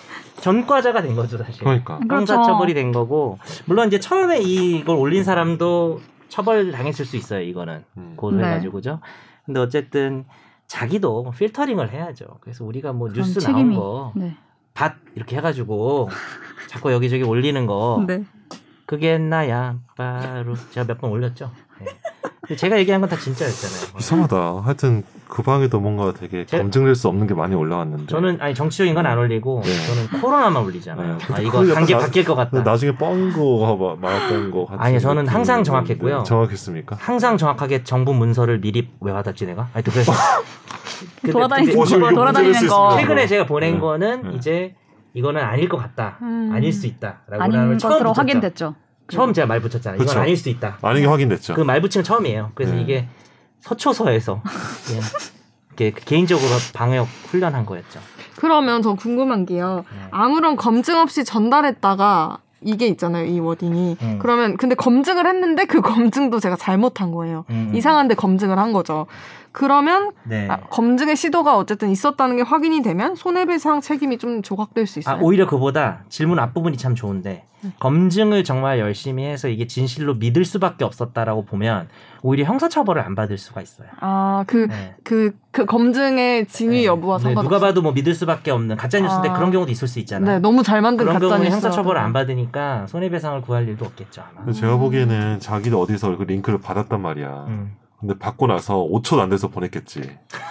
전과자가 된 거죠 사실.
그러니까
그렇죠.
형사처벌이 된 거고 물론 이제 처음에 이걸 올린 사람도 처벌 당했을 수 있어요 이거는
음.
네.
고소해가지고죠 근데 어쨌든 자기도 필터링을 해야죠 그래서 우리가 뭐
그런
뉴스
책임이-
나온 거
네.
밭 이렇게 해가지고 자꾸 여기저기 올리는 거
네.
그게 나야 바로 제가 몇 번 올렸죠. 네. 근데 제가 얘기한 건 다 진짜였잖아요.
네. 이상하다. 하여튼 그 방에도 뭔가 되게
제-
검증될 수 없는 게 많이 올라왔는데.
저는 아니 정치적인 건 안 올리고
네.
저는 코로나만 올리잖아요.
네.
아 이거
그걸
단계
약간
바뀔 것
근데
같다.
나중에 뻥거 말았던 거 같은
아니요, 저는
느낌이 드는데.
항상 정확했고요.
정확했습니까?
항상 정확하게 정부 문서를 미리 외화닫지 내가. 아니 또 그래서 근데-
돌아다니는
근데
거,
이번-
돌아다니는 거.
최근에 제가 보낸
네.
거는
네.
이제 이거는 아닐 것 같다.
음.
아닐 수 있다라고
아닌
나는 처음
것으로
붙였죠.
확인됐죠.
처음 제가 말 붙였잖아요. 이건
그쵸.
아닐 수 있다.
아닌 게 확인됐죠.
그 말 붙이는 처음이에요. 그래서
네.
이게 서초서에서 예, 이렇게 그 개인적으로 방역 훈련한 거였죠.
그러면 저 궁금한 게요.
네.
아무런 검증 없이 전달했다가 이게 있잖아요. 이 워딩이.
음.
그러면 근데 검증을 했는데 그 검증도 제가 잘못한 거예요.
음,
이상한데 검증을 한 거죠. 그러면
네.
아, 검증의 시도가 어쨌든 있었다는 게 확인이 되면 손해배상 책임이 좀 조각될 수
아,
있어요.
오히려 그보다 질문 앞부분이 참 좋은데
음.
검증을 정말 열심히 해서 이게 진실로 믿을 수밖에 없었다라고 보면 오히려 형사처벌을 안 받을 수가 있어요.
아, 그,
네.
그, 그 검증의 진위
네.
여부와
네,
상관없이.
누가 봐도 뭐 믿을 수밖에 없는 가짜 뉴스인데
아.
그런 경우도 있을 수 있잖아요.
네, 너무 잘 만든
그런 경우는
가짜뉴스.
형사처벌을
네.
안 받으니까 손해배상을 구할 일도 없겠죠 아마.
근데 제가 보기에는 자기도 어디서 그 링크를 받았단 말이야.
음.
근데 받고 나서 5초도 안 돼서 보냈겠지.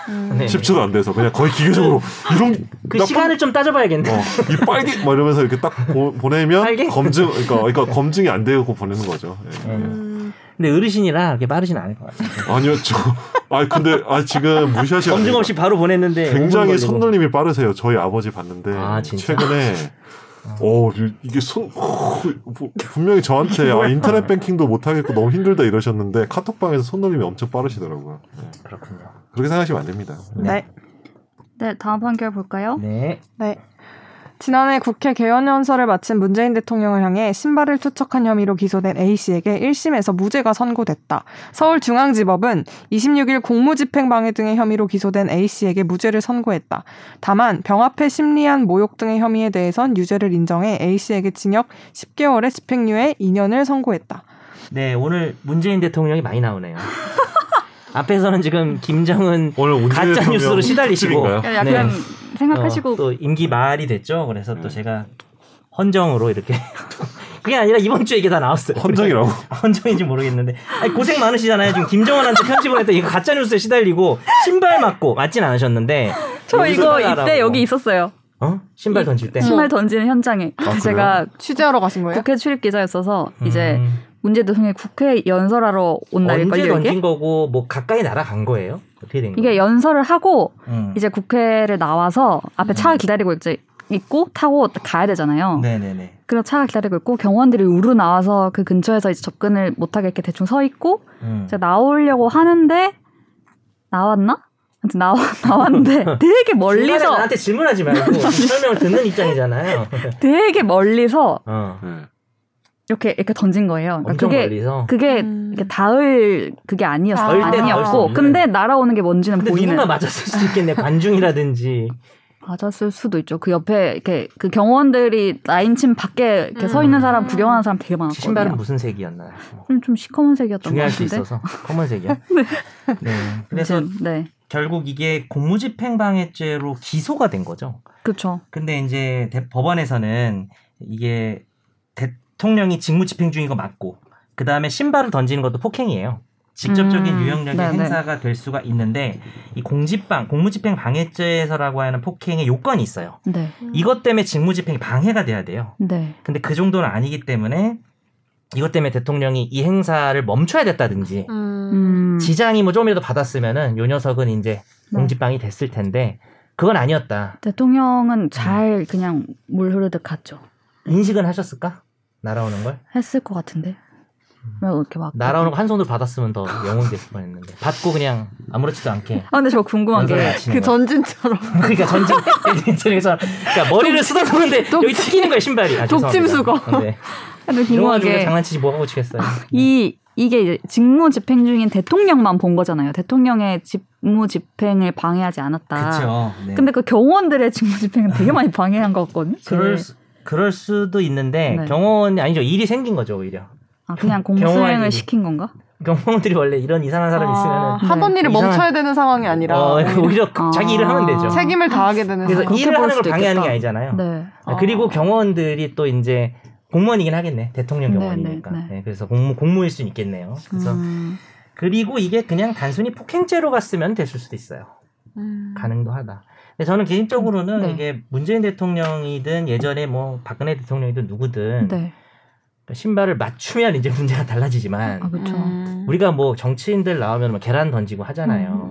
음.
네.
10초도 안 돼서 그냥 거의 기계적으로 이런
그
나쁜-
시간을 좀 따져봐야겠네.
어, 이 빨개 막 이러면서 이렇게 딱 보, 보내면
빨개?
검증 그러니까, 그러니까 검증이 안 되고 보내는 거죠. 예.
네.
음.
근데 어르신이라 그게 빠르진 않을 것 같아요.
아니요, 저, 아 근데 아 지금 무시하시.
검증 없이 바로 보냈는데
굉장히
5분 예, 걸리고.
손놀림이 빠르세요. 저희 아버지 봤는데
아, 진짜?
최근에 어 이- 이게 손 어, 뭐, 분명히 저한테 아, 인터넷 뱅킹도 못 하겠고 너무 힘들다 이러셨는데 카톡방에서 손놀림이 엄청 빠르시더라고요. 네.
그렇군요.
그렇게 생각하시면 안 됩니다.
네.
네, 다음 판결 볼까요?
네.
지난해 국회 개원 연설을 마친 문재인 대통령을 향해 신발을 투척한 혐의로 기소된 A씨에게 1심에서 무죄가 선고됐다. 서울중앙지법은 26일 공무집행방해 등의 혐의로 기소된 A씨에게 무죄를 선고했다. 다만 병합해 심리한 모욕 등의 혐의에 대해선 유죄를 인정해 A씨에게 징역 10개월의 집행유예 2년을 선고했다.
네, 오늘 문재인 대통령이 많이 나오네요. 앞에서는 지금 김정은 어,
오늘 온전히
가짜 뉴스로
설명
시달리시고
특집인가요?
야, 약간
네.
생각하시고
어, 또 임기 말이 됐죠. 그래서 또
네.
제가 헌정으로 이렇게 그게 아니라 이번 주에 이게 다 나왔어요.
헌정이라고.
헌정인지 모르겠는데 아니, 고생 많으시잖아요. 지금 김정은한테 편지 보냈다 이거 가짜 뉴스에 시달리고 신발 맞고 맞진 않으셨는데
저
여기서
이거
따라하라고.
이때 여기 있었어요.
어? 신발 던질 때
신발 던지는 현장에
아, 그래요?
제가
취재하러 가신 거예요?
국회 출입 기자였어서 이제
네. 음.
문제 대통령 국회 연설하러 온
언제
날일걸요
던진
이게.
거고 뭐 가까이 날아간 거예요? 어떻게 된 거예요?
이게 연설을 하고
음.
이제 국회를 나와서 앞에 차가 기다리고 이제 있고 타고 가야 되잖아요.
네네네.
그래서 차가 기다리고 있고 경호원들이 우르 나와서 그 근처에서 이제 접근을 못하게 이렇게 대충 서 있고
음.
제가 나오려고 하는데 나왔나? 아무튼 나와 나왔는데 되게
중간에
멀리서
나한테 질문하지 말고 지금 설명을 듣는 입장이잖아요.
되게 멀리서
어.
네.
이렇게 이렇게 던진 거예요. 그러니까
엄청
그게
멀리서.
그게
음.
이렇게 닿을 그게 아니었어
닿을 때 닿을 수
아니었고
없는.
근데 날아오는 게 뭔지는
근데
보이는 어,
누군가 맞았을 수도 있겠네. 관중이라든지.
맞았을 수도 있죠. 그 옆에 이렇게 그 경호원들이 라인침 밖에 이렇게 서 있는 사람
음.
구경하는 사람 되게 많았거든요.
신발은 무슨 색이었나요? 뭐
좀, 좀 시커먼색이었던 것
중요할 수
같은데.
있어서 검은색이야. 네. 그래서
아무튼, 네,
결국 이게 공무집행방해죄로 기소가 된 거죠.
그렇죠.
근데 이제 대- 법원에서는 이게 대통령이 직무집행 중인 거 맞고 그 다음에 신발을 던지는 것도 폭행이에요. 직접적인
음,
유형력의
네네.
행사가 될 수가 있는데 이 공집방 공무집행 방해죄에서라고 하는 폭행의 요건이 있어요.
네,
이것 때문에 직무집행이 방해가 돼야 돼요.
네,
근데 그 정도는 아니기 때문에 이것 때문에 대통령이 이 행사를 멈춰야 됐다든지
음.
음,
지장이 뭐 조금이라도 받았으면은 요 녀석은 이제
네.
공집방이 됐을 텐데 그건 아니었다. 네.
대통령은 잘 그냥 물 흐르듯 갔죠.
인식은 하셨을까? 날아오는 걸?
했을 것 같은데. 왜 이렇게 막
음. 날아오는 거 한 손으로 받았으면 더 영웅 됐을 뻔했는데 받고 그냥 아무렇지도 않게
아 근데 저 궁금한
연설을
게
마치는
그
거야.
전진처럼
그러니까 전진 전진에서 그러니까 머리를 쓰다듬는데
독-
여기 튀기는 거야 신발이 아,
독침
죄송합니다.
수거. 아,
네.
근데
이런 거
궁금한
가지고
게
장난치지 뭐하고 치겠어요 네.
이 이게 이제 직무 집행 중인 대통령만 본 거잖아요. 대통령의 직무 집행을 방해하지 않았다.
아.
그렇죠
근데 그 경호원들의 직무 집행은 되게 많이 방해한 것 같거든요.
그럴
제-
수, 그럴 수도 있는데
네.
경호원이 아니죠 일이 생긴 거죠 오히려
아, 그냥
경호원이-
공수행을 시킨 건가?
경험들이 원래 이런 이상한 사람이
아,
있으면은
하던 일을
이상한-
멈춰야 되는 상황이 아니라
어, 오히려
아.
자기 일을 하면 되죠.
책임을 다하게 되는
그래서
상황.
그렇게
일을
볼
하는 걸
수도
방해하는 게
있겠다.
아니잖아요.
네.
아, 그리고 경호원들이 또 이제 공무원이긴 하겠네. 대통령
네,
경호원이니까.
네, 네.
네, 그래서 공무 공무일 수 있겠네요. 그래서
음,
그리고 이게 그냥 단순히 폭행죄로 갔으면 됐을 수도 있어요.
음.
그 가능도 하다. 근데 저는 개인적으로는
네.
이게 문재인 대통령이든 예전에 뭐 박근혜 대통령이든 누구든
네.
그러니까 신발을 맞추면 이제 문제가 달라지지만
아, 그렇죠.
음.
우리가 뭐 정치인들 나오면 뭐 계란 던지고 하잖아요.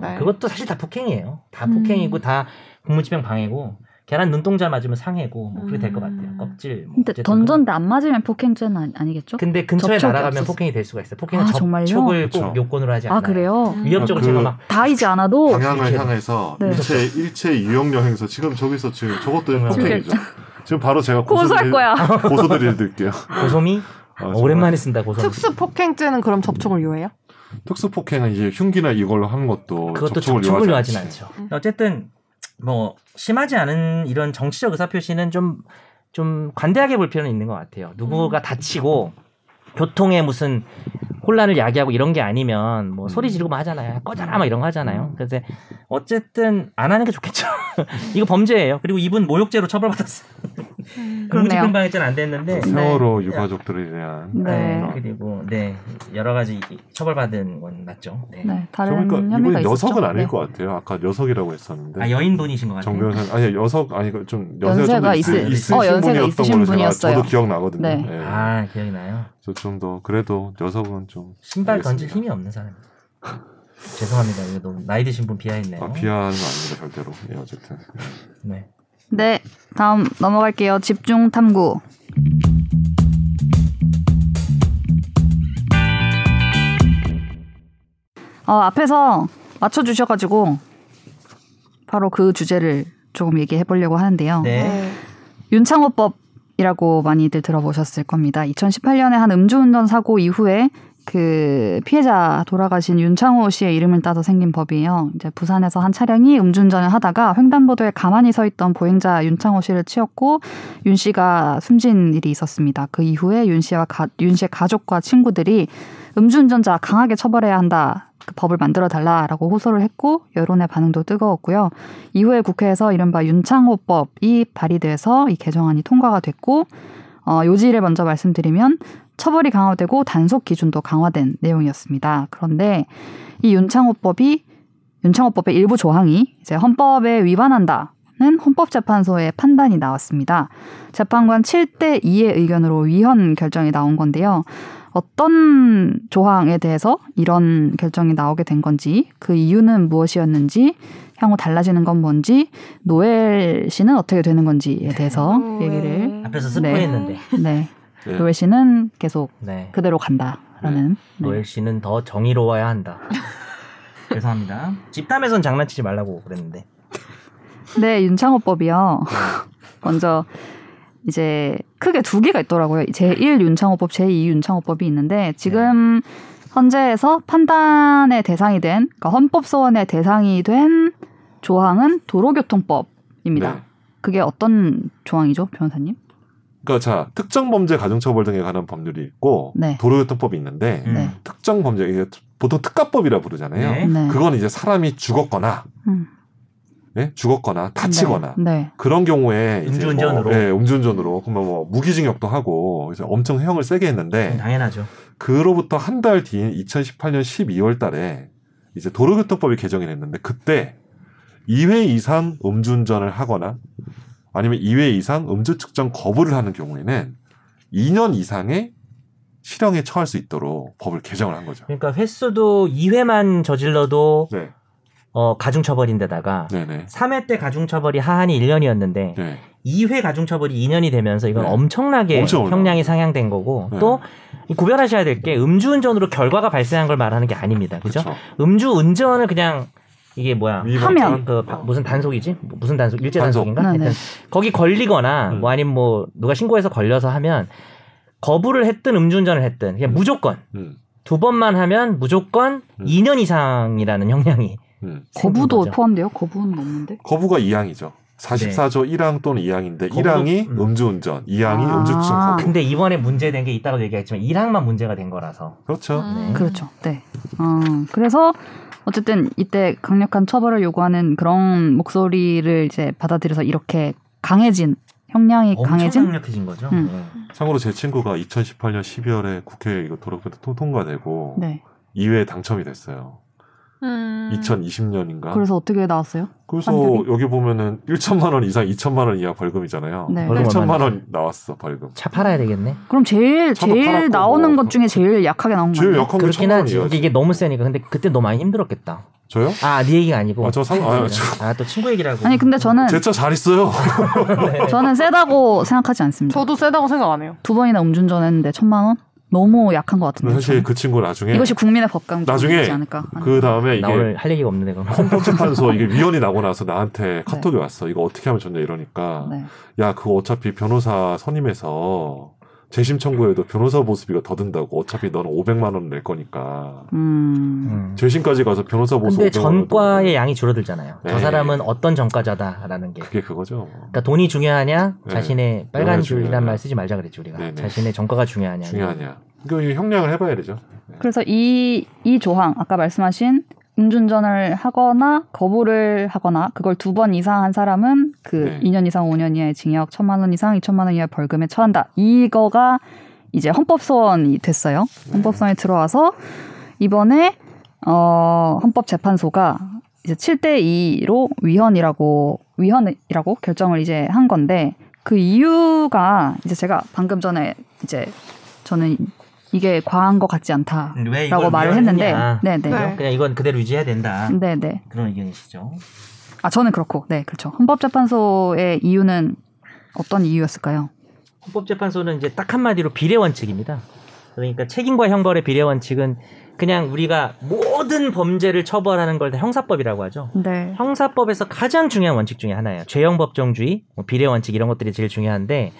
음, 네.
그것도 사실 다 폭행이에요. 다
음.
폭행이고 다 공무집행 방해고 계란 눈동자 맞으면 상해고 뭐 그렇게 될 것
음.
같아요. 껍질. 뭐
근데
어쨌든
던전데 안 맞으면 폭행죄는 아니, 아니겠죠?
근데 근처에
접촉이
날아가면
없었어.
폭행이 될 수가 있어요. 폭행은
아, 정말요?
접촉을
그쵸.
꼭 요건으로 하지 않아요.
아 그래요?
음.
위협적으로
그-
제가 막
닿이지
어,
않아도
방향을
이렇게.
향해서
네.
일체 일체 유형 여행서 지금 저기서 지금 저것도
지금
폭행이죠. 지금 바로 제가
고소할
고소드릴-
거야.
아,
고소드릴게요.
고소미
아,
어,
정말.
오랜만에 쓴다 고소미.
특수 폭행죄는 그럼 접촉을 요해요?
특수 폭행은 이제 흉기나 이걸로 한 것도
그것도
뭐 접촉을
접촉을
요하지
요하진
않지.
않죠.
음.
어쨌든 뭐 심하지 않은 이런 정치적 의사 표시는 좀 좀 관대하게 볼 필요는 있는 것 같아요. 누구가
음.
다치고 교통에 무슨 혼란을 야기하고 이런 게 아니면 뭐
음.
소리 지르고 막 하잖아요. 꺼져라 막 이런 거 하잖아요. 그래서 어쨌든 안 하는 게 좋겠죠. 이거 범죄예요. 그리고 이분 모욕죄로 처벌받았어요.
그러네요.
공무집행방해죄는 안 됐는데
세월호 유가족들에 대한
네.
네, 그리고 네 여러 가지 처벌받은 건 맞죠. 네.
네. 다른
그러니까
혐의가
이분
있었죠.
녀석은 아닌
네.
것 같아요. 아까 녀석이라고 했었는데
아 여인분이신 것 같아요.
네. 정 변호사 아니 녀석 아니 그좀 연세가
연세가
좀 있으,
있을-
있으신
어, 연세가
분이었던
있으신
걸로
분이었어요.
제가 저도 기억 나거든요.
네.
예.
아 기억이 나요.
저 정도 그래도 녀석은 좀
신발 던질
알겠습니다.
힘이 없는 사람. 죄송합니다. 이거 너무 나이 드신 분 비하했네요.
아, 비하하는 거 아닙니다 절대로. 예, 어쨌든
네.
네, 다음 넘어갈게요. 집중 탐구. 어, 앞에서 맞춰주셔가지고 바로 그 주제를 조금 얘기해 보려고
어.
하는데요.
네.
윤창호법 이라고 많이들 들어보셨을 겁니다. 2018년에 한 음주운전 사고 이후에 그 피해자 돌아가신 윤창호 씨의 이름을 따서 생긴 법이에요. 이제 부산에서 한 차량이 음주운전을 하다가 횡단보도에 가만히 서 있던 보행자 윤창호 씨를 치었고 윤 씨가 숨진 일이 있었습니다. 그 이후에 윤 씨와 가, 윤 씨의 가족과 친구들이 음주운전자 강하게 처벌해야 한다. 그 법을 만들어 달라라고 호소를 했고 여론의 반응도 뜨거웠고요. 이후에 국회에서 이른바 윤창호법이 발의돼서 이 개정안이 통과가 됐고 어, 요지를 먼저 말씀드리면 처벌이 강화되고 단속 기준도 강화된 내용이었습니다. 그런데 이 윤창호법이 윤창호법의 일부 조항이 이제 헌법에 위반한다는 헌법재판소의 판단이 나왔습니다. 재판관 7대 2의 의견으로 위헌 결정이 나온 건데요. 어떤 조항에 대해서 이런 결정이 나오게 된 건지, 그 이유는 무엇이었는지, 향후 달라지는 건 뭔지, 노엘 씨는 어떻게 되는 건지에 대해서
어,
얘기를
앞에서
네.
스포했는데.
네.
네.
노엘 씨는 계속
네.
그대로 간다라는 네.
노엘 씨는 더 정의로워야 한다. 죄송합니다. 집담에선 장난치지 말라고 그랬는데.
네, 윤창호법이요.
네.
먼저 이제 크게 두 개가 있더라고요. 제1 윤창호법, 제2 윤창호법이 있는데 지금
네.
현재에서 판단의 대상이 된 그러니까 헌법 소원의 대상이 된 조항은 도로교통법입니다.
네.
그게 어떤 조항이죠, 변호사님?
그러니까 자 특정 범죄 가중처벌 등에 관한 법률이 있고
네.
도로교통법이 있는데
음.
네.
특정 범죄 이게 보통 특가법이라 부르잖아요.
네.
그건 이제 사람이 죽었거나
음.
예? 죽었거나 다치거나
네.
그런 경우에 이제
음주운전으로.
뭐, 예, 음주운전으로 그러면 뭐 무기징역도 하고 그래서 엄청 형을 세게 했는데
음, 당연하죠.
그로부터 한 달 뒤인 2018년 12월 달에 이제 도로교통법이 개정이 됐는데 그때 2회 이상 음주운전을 하거나 아니면 2회 이상 음주 측정 거부를 하는 경우에는 2년 이상의 실형에 처할 수 있도록 법을 개정을 한 거죠.
그러니까 횟수도 2회만 저질러도
네.
어, 가중처벌인데다가
네네.
3회 때 가중처벌이 하한이 1년이었는데
네.
2회 가중처벌이 2년이 되면서 이건
네.
엄청나게
엄청 올라요.
형량이 상향된 거고
네.
또이 구별하셔야 될 게 음주운전으로 결과가 발생한 걸 말하는 게 아닙니다. 그죠?
그렇죠.
음주운전은 그냥 이게 뭐야?
하면.
그 바- 무슨 단속이지? 뭐 무슨 단속? 일제
단속.
단속인가?
네, 네.
하여튼 거기 걸리거나
음.
뭐 아니면 뭐 누가 신고해서 걸려서 하면 거부를 했든 음주운전을 했든 그냥
음.
무조건
음.
두 번만 하면 무조건
음.
2년 이상이라는 형량이
음.
생긴
거부도
거죠.
포함돼요? 거부는 없는데.
거부가 이항이죠. 44조 1항 또는 2항인데
네. 거기도-
1항이
음.
음주운전, 2항이
아.
음주추정 사고.
근데 이번에 문제된 게 있다고 얘기했지만 1항만 문제가 된 거라서
그렇죠.
아,
네.
그렇죠. 네. 어, 그래서 어쨌든 이때 강력한 처벌을 요구하는 그런 목소리를 이제 받아들여서 이렇게 강해진 형량이
엄청
강해진
강력해진 거죠.
음.
네.
참고로 제 친구가 2018년 12월에 국회 이거 도로변 통 통과되고
네.
2회에 당첨이 됐어요.
음.
2020년인가. 그래서,
그래서 어떻게 나왔어요? 환경이?
여기 보면은 1천만 원 이상 2천만 원 이하 벌금이잖아요.
네.
벌금
1천만
얼마나?
원 나왔어 벌금.
차 팔아야 되겠네.
그럼 제일
저도 팔았고
제일 나오는
뭐.
것 중에 제일 약하게 나온 거
제일
아니에요?
약한 게
그렇긴
천만
하지.
원이에요.
이게 너무 세니까. 근데 그때 너 많이 힘들었겠다.
저요?
아, 네 얘기가 아니고.
아, 저 상- 아,
아, 또 친구 얘기라고.
아니 근데 저는
제 차 잘 있어요.
저는 세다고 생각하지 않습니다.
저도 세다고 생각 안 해요.
두 번이나 음주운전했는데 천만 원 너무 약한 것 같은데.
사실 그 친구 나중에
이것이 국민의 법감이
나중에
되지 않을까? 아니,
그 다음에
나
이게
오늘 할 얘기가 없는데 그럼.
헌법재판소 이게 위원이 나고 나서 나한테 카톡이 왔어. 이거 어떻게 하면 좋냐 이러니까
네.
야 그거 어차피 변호사 선임해서 재심 청구에도 변호사 보수비가 더 든다고 어차피 너는 500만 원 낼 거니까
음.
음.
재심까지 가서 변호사 보수
근데
500만 원을
전과의
더
양이 줄어들잖아요. 저
네.
사람은 어떤 전과자다라는 게.
그게 그거죠. 뭐.
그러니까 돈이 중요하냐?
네.
자신의
뭐가 중요하냐.
빨간 줄이란 말 쓰지 말자 그랬죠 우리가.
네네.
자신의 전과가 중요하냐.
중요하냐. 이거 형량을 해봐야 되죠.
그래서 이, 이 조항, 아까 말씀하신 음주운전을 하거나 거부를 하거나 그걸 두 번 이상 한 사람은 그
네.
이 2년 이상 5년 이하의 징역, 천만 원 이상 2천만 원 이하의 벌금에 처한다. 이거가 이제 헌법 소원이 됐어요. 헌법 소원이 들어와서 이번에 어, 헌법재판소가 이제 7대 2로 위헌이라고 위헌이라고 결정을 이제 한 건데 그 이유가 이제 제가 방금 전에 이제 저는 이게 과한 것 같지 않다.
왜
라고 말을 했는데 네네 음.
네.
그냥 이건 그대로 유지해야 된다.
네네
그런 의견이시죠.
아 저는 그렇고 네 그렇죠 헌법재판소의 이유는 어떤 이유였을까요?
헌법재판소는 이제 딱 한마디로 비례 원칙입니다. 그러니까 책임과 형벌의 비례 원칙은 그냥 우리가 모든 범죄를 처벌하는 걸 다 형사법이라고 하죠.
네
형사법에서 가장 중요한 원칙 중에 하나예요. 죄형 법정주의, 뭐 비례 원칙 이런 것들이 제일 중요한데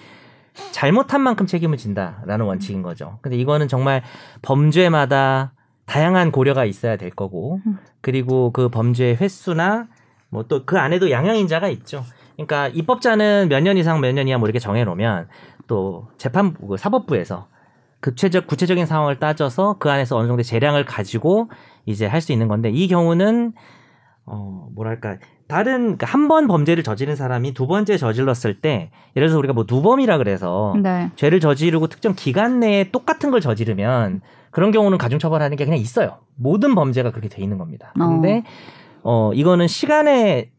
잘못한 만큼 책임을 진다라는 원칙인 거죠. 근데 이거는 정말 범죄마다 다양한 고려가 있어야 될 거고
음.
그리고 그 범죄의 횟수나 뭐 또 그 안에도 양형인자가 있죠. 그러니까 입법자는 몇 년 이상 몇 년 이하 뭐 이렇게 정해 놓으면 또 재판부 그 사법부에서 구체적 구체적인 상황을 따져서 그 안에서 어느 정도 의 재량을 가지고 이제 할 수 있는 건데 이 경우는 어, 뭐랄까, 다른, 그러니까 한 번 범죄를 저지른 사람이 두 번째 저질렀을 때, 예를 들어서 우리가 뭐 누범이라 그래서,
네.
죄를 저지르고 특정 기간 내에 똑같은 걸 저지르면, 그런 경우는 가중처벌하는 게 그냥 있어요. 모든 범죄가 그렇게 돼 있는 겁니다. 근데, 어, 이거는 시간에,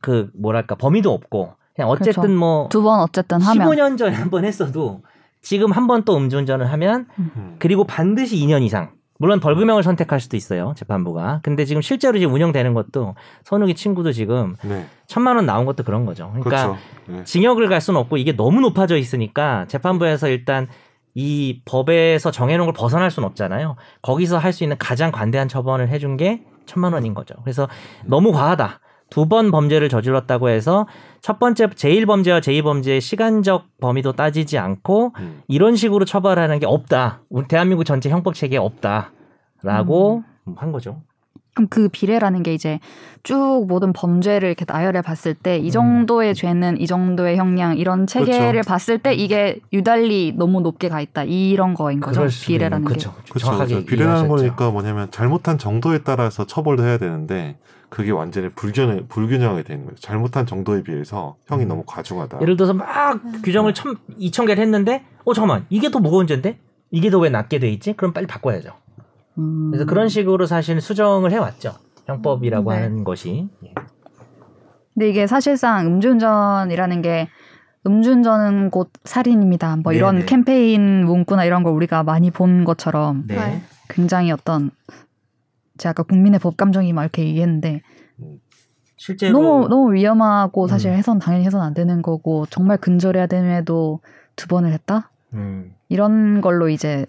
그, 뭐랄까, 범위도 없고, 그냥 어쨌든
그렇죠.
뭐,
두 번 어쨌든 하면
15년 전에 한 번 했어도, 지금 한 번 또 음주운전을 하면,
음.
그리고 반드시 2년 이상. 물론 벌금형을 선택할 수도 있어요 재판부가. 근데 지금 실제로 지금 운영되는 것도 선욱이 친구도 지금
네.
천만 원 나온 것도 그런 거죠.
그
그러니까
렇죠 네.
징역을 갈 수는 없고 이게 너무 높아져 있으니까 재판부에서 일단 이 법에서 정해놓은 걸 벗어날 수는 없잖아요. 거기서 할 수 있는 가장 관대한 처벌을 해준 게 천만 원인 거죠. 그래서 너무 과하다. 두 번 범죄를 저질렀다고 해서 첫 번째 제1범죄와 제2범죄의 시간적 범위도 따지지 않고
음.
이런 식으로 처벌하는 게 없다. 우리 대한민국 전체 형법 체계에 없다라고
음.
한 거죠.
그럼 그 비례라는 게 이제 쭉 모든 범죄를 이렇게 나열해 봤을 때
음.
이 정도의 죄는 이 정도의 형량 이런
그렇죠.
체계를 봤을 때 이게 유달리 너무 높게 가 있다 이런 거인 거죠 비례라는 게.
그렇죠. 정확하게
그렇죠. 비례라는
이해하셨죠.
거니까 뭐냐면 잘못한 정도에 따라서 처벌도 해야 되는데 그게 완전히 불균 불균형이 되는 거예요. 잘못한 정도에 비해서 형이 너무 과중하다.
음. 아. 예를 들어서 막 규정을 천, 2천 개를 했는데 어 잠깐만 이게 더 무거운 죄인데 이게 더 왜 낮게 돼 있지? 그럼 빨리 바꿔야죠.
음.
그래서 그런 식으로 사실 수정을 해왔죠. 형법이라고
네.
하는 것이 예.
근데 이게 사실상 음주운전이라는 게 음주운전은 곧 살인입니다. 뭐 이런
네네.
캠페인 문구나 이런 걸 우리가 많이 본 것처럼
네.
네.
굉장히 어떤 제가 아까 국민의 법감정이 막 이렇게 얘기했는데
실제로
너무 너무 위험하고 사실
음.
해선 당연히 해선 안 되는 거고 정말 근절해야 되는데도 두 번을 했다
음,
이런 걸로 이제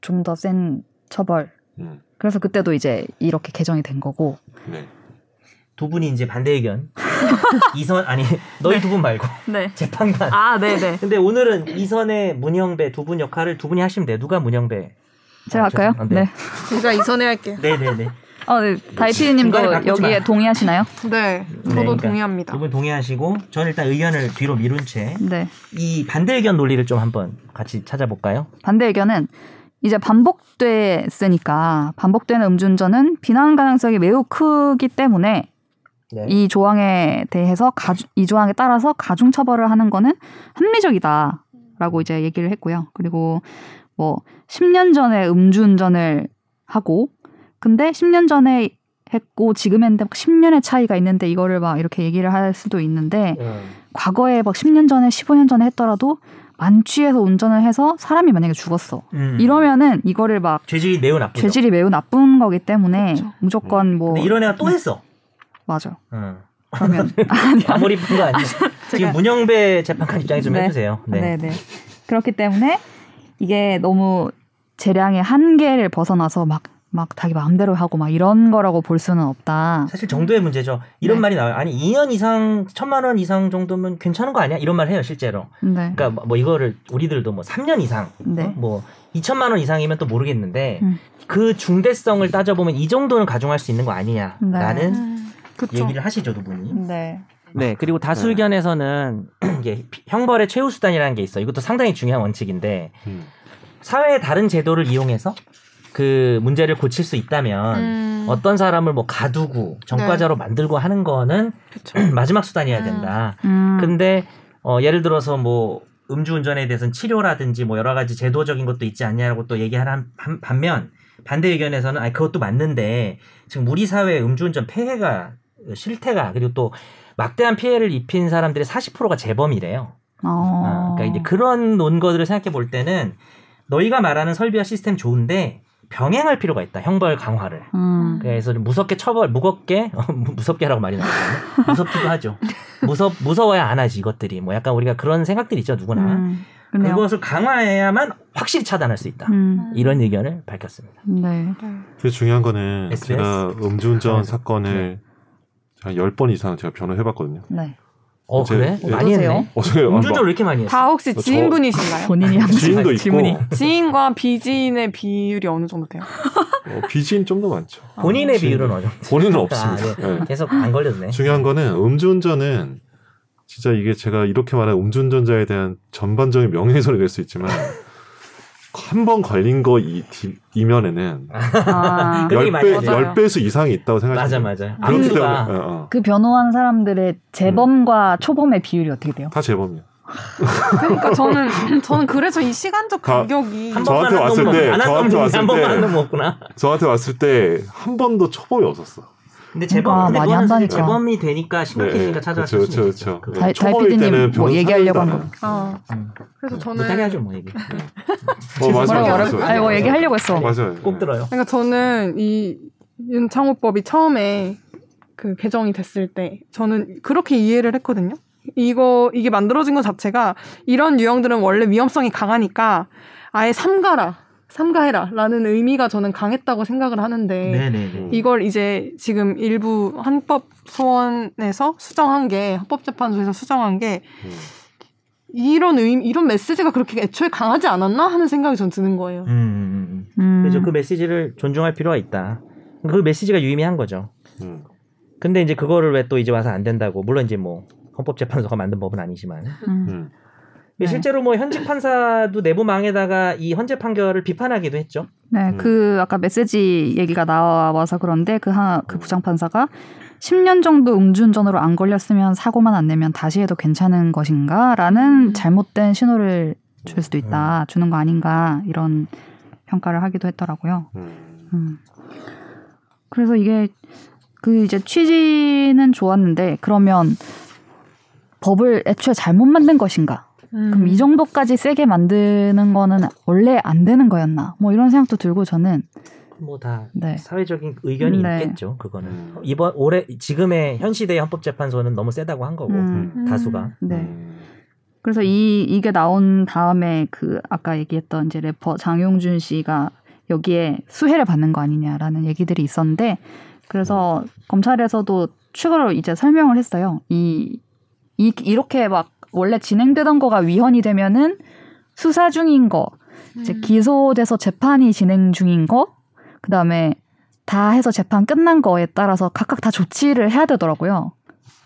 좀 더 센 처벌.
음.
그래서 그때도 이제 이렇게 개정이 된 거고
네.
두 분이 이제 반대 의견 이선 아니 너희 두 분 말고
네.
재판관
아, 네네.
근데 오늘은 이선의 문영배 두 분 역할을 두 분이 하시면 돼요. 누가 문영배?
제가
아,
할까요?
죄송합니다.
네.
제가 이선에 할게요.
네네네.
어, 네.
중간에
다이피디님도
바꾸지
여기에
마.
동의하시나요?
네, 저도
그러니까
동의합니다. 음.
두분 동의하시고 저는 일단 의견을 뒤로 미룬 채
네.
이 반대 의견 논리를 좀 한번 같이 찾아볼까요?
반대 의견은 이제 반복됐으니까 반복되는 음주운전은 비난 가능성이 매우 크기 때문에
네.
이 조항에 대해서 가중, 이 조항에 따라서 가중 처벌을 하는 거는 합리적이다라고 이제 얘기를 했고요. 그리고 뭐 10년 전에 음주운전을 하고 근데 10년 전에 했고 지금 했는데 10년의 차이가 있는데 이거를 막 이렇게 얘기를 할 수도 있는데 과거에 막 10년 전에 15년 전에 했더라도 만취해서 운전을 해서 사람이 만약에 죽었어.
음.
이러면은 이거를 막
죄질이 매우 나쁘죠. 음.
죄질이 매우 나쁜 거기 때문에
그렇죠.
무조건 뭐
근데 이런 애가 또 했어.
맞아.
음.
그러면
아무리 본거 아니에요. 지금 문영배 재판관 입장에 좀
네.
해주세요. 네.
네, 네. 그렇기 때문에 이게 너무 재량의 한계를 벗어나서 막 막 자기 마음대로 하고 막 이런 거라고 볼 수는 없다.
사실 정도의 문제죠. 이런
네.
말이 나와요. 아니 2년 이상 천만 원 이상 정도면 괜찮은 거 아니야? 이런 말 해요 실제로.
네.
그러니까 뭐 이거를 우리들도 뭐 3년 이상,
네.
어? 뭐 2천만 원 이상이면 또 모르겠는데
음.
그 중대성을 따져보면 이 정도는 가중할 수 있는 거 아니냐라는
음, 그쵸.
얘기를 하시죠 두 분이.
네.
아,
네, 그리고 다수 의견에서는 이게 형벌의 최후 수단이라는 게 있어. 요 이것도 상당히 중요한 원칙인데
음.
사회의 다른 제도를 이용해서 그 문제를 고칠 수 있다면
음, 네.
어떤 사람을 뭐 가두고 전과자로 만들고 하는 거는 마지막 수단이어야
음.
된다.
음.
근데 어, 예를 들어서 뭐 음주운전에 대해서는 치료라든지 뭐 여러 가지 제도적인 것도 있지 않냐라고 또 얘기하는 한- 반면 반대 의견에서는 아 그것도 맞는데 지금 우리 사회의 음주운전 폐해가 실태가 그리고 또 막대한 피해를 입힌 사람들의 40%가 재범이래요.
어.
아, 그러니까 이제 그런 논거들을 생각해 볼 때는 너희가 말하는 설비와 시스템 좋은데 병행할 필요가 있다. 형벌 강화를.
음.
그래서 좀 무섭게 처벌, 무겁게 어, 무- 무섭게라고 말이 나오거든요. 무섭기도 하죠. 무섭 무서워야 안 하지 이것들이. 뭐 약간 우리가 그런 생각들이 있죠 누구나.
음. 그러네요.
그것을 강화해야만 확실히 차단할 수 있다.
음.
이런 의견을 밝혔습니다.
네.
제일 중요한 거는
SBS?
제가 음주운전
네.
사건을 한 10번 이상 제가 변호해봤거든요.
네.
어
이제-
그래?
예.
많이 했네.
어, 제가
음주운전 왜 이렇게 많이 했어?
다 혹시
저-
지인분이신가요?
본인이 한
지인도 있고
질문이.
지인과 비지인의 비율이 어느 정도 돼요?
어, 비지인 좀 더 많죠.
본인의
지금-
비율은 어느
본인은
아,
없습니다. 예.
계속 안 걸렸네.
중요한 거는 음주운전은 진짜 이게 제가 이렇게 말한 음주운전자에 대한 전반적인 명예훼손이 될 수 있지만 한 번 걸린 거 이, 뒤- 이면에는
아,
그- 그게
10배,
맞아요.
10배수 이상이 있다고 생각해요.
맞아 맞아.
그렇기 때문에
압류가
예, 어.
그 변호한 사람들의 재범과 초범의 비율이 어떻게 돼요?
다 재범이야.
그러니까 저는 저는 그래서 이 시간적
다-
간격이
한
저한테
번만 한
왔을
놈,
때,
안한
저한테
놈,
왔을
한 번만
때.
한 놈 없구나.
저한테 왔을 때 한 번도 초범이 없었어.
근데
뭔가
재범 근데
많이
그거는 사실
한다니까.
재범이 되니까 심각해지니까 찾아갈 수
네, 그렇죠,
있죠.
그렇죠.
달-
초범일
달피디님
때는
뭐
변호사
얘기하려고 한
상담이
거.
어.
음.
그래서
못하게
저는
하죠 뭐
네.
얘기.
어, 맞아요.
뭐라고
맞아요.
뭐라고? 아니 뭐 얘기하려고 했어.
맞아요.
꼭 들어요.
그러니까 저는 이 윤창호법이 처음에 그 개정이 됐을 때 저는 그렇게 이해를 했거든요. 이거 이게 만들어진 것 자체가 이런 유형들은 원래 위험성이 강하니까 아예 삼가라 삼가해라라는 의미가 저는 강했다고 생각을 하는데
네네네.
음.
이걸 이제 지금 일부 헌법 소원에서 수정한 게 헌법재판소에서 수정한 게
음.
이런 의미 이런 메시지가 그렇게 애초에 강하지 않았나 하는 생각이 전 드는 거예요.
음, 음, 음.
음.
그래서 그 메시지를 존중할 필요가 있다. 그 메시지가 유의미한 거죠.
음.
근데 이제 그거를 왜 또 이제 와서 안 된다고 물론 이제 뭐 헌법재판소가 만든 법은 아니지만
음.
음.
네.
실제로 뭐 현직 판사도 내부망에다가 이 헌재 판결을 비판하기도 했죠.
네,
음.
그 아까 메시지 얘기가 나와서 그런데 그 하나 그 부장 판사가 10년 정도 음주운전으로 안 걸렸으면 사고만 안 내면 다시 해도 괜찮은 것인가라는
음.
잘못된 신호를 줄 수도 있다, 주는 거 아닌가 이런 평가를 하기도 했더라고요.
음.
음. 그래서 이게 그 이제 취지는 좋았는데 그러면 법을 애초에 잘못 만든 것인가?
음.
그럼
음.
이 정도까지 세게 만드는 거는 원래 안 되는 거였나? 뭐 이런 생각도 들고 저는
뭐 다
네.
사회적인 의견이
네.
있겠죠. 그거는
음.
이번 올해 지금의 현 시대의 헌법재판소는 너무 세다고 한 거고
음,
다수가
네.
음.
그래서 이 이게 나온 다음에 그 아까 얘기했던 이제 래퍼 장용준 씨가 여기에 수혜를 받는 거 아니냐라는 얘기들이 있었는데 그래서 검찰에서도 추가로 이제 설명을 했어요. 이, 이 이렇게 막 원래 진행되던 거가 위헌이 되면은 수사
음.
음.
중인 거, 이제 기소돼서 재판이 진행 중인 거, 그다음에 다 해서 재판 끝난 거에 따라서 각각 다 조치를 해야 되더라고요.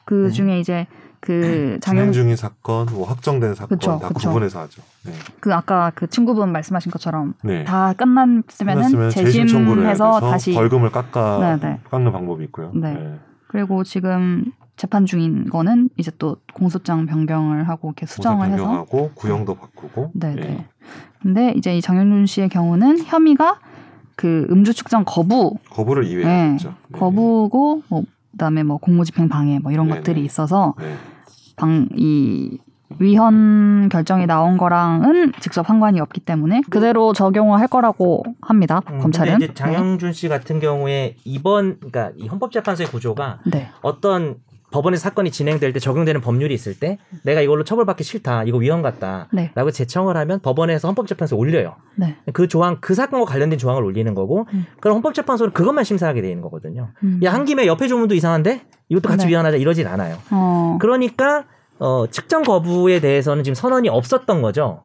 그 중에 이제 그
음. 진행
장영
중인 사건, 뭐 확정된 사건
그쵸,
다
그쵸.
구분해서 하죠. 네.
그 아까 그 친구분 말씀하신 것처럼
네.
다 끝났으면은
끝났으면 재심 청구를 해서
재심해서 다시
벌금을 깎아
네네.
깎는 방법이 있고요.
네.
네.
그리고 지금 재판 중인 거는 이제 또 공소장 변경을 하고 이렇게 수정을
공사
해서
변경하고 구형도 바꾸고.
네네.
예.
근데 이제 이 장영준 씨의 경우는 혐의가 그 음주 측정 거부,
거부를
네.
이외했죠.
거부고 뭐 그다음에 뭐 공무집행 방해 뭐 이런
네네.
것들이 있어서
네.
방 이 위헌 결정이 나온 거랑은 직접 상관이 없기 때문에 그대로 적용을 할 거라고 합니다.
네. 음,
검찰은.
근데 이제 장영준 씨 같은 경우에 이번 그러니까 이 헌법재판소의 구조가
네. 네.
어떤 법원의 사건이 진행될 때 적용되는 법률이 있을 때 내가 이걸로 처벌받기 싫다 이거 위헌 같다
네.
라고 제청을 하면 법원에서 헌법재판소에 올려요
네.
그 조항 그 사건과 관련된 조항을 올리는 거고
음.
그럼 헌법재판소는 그것만 심사하게 되는 거거든요
음.
야 한 김에 옆에 조문도 이상한데 이것도 같이
네.
위헌하자 이러진 않아요
어.
그러니까 어, 측정 거부에 대해서는 지금 선언이 없었던 거죠.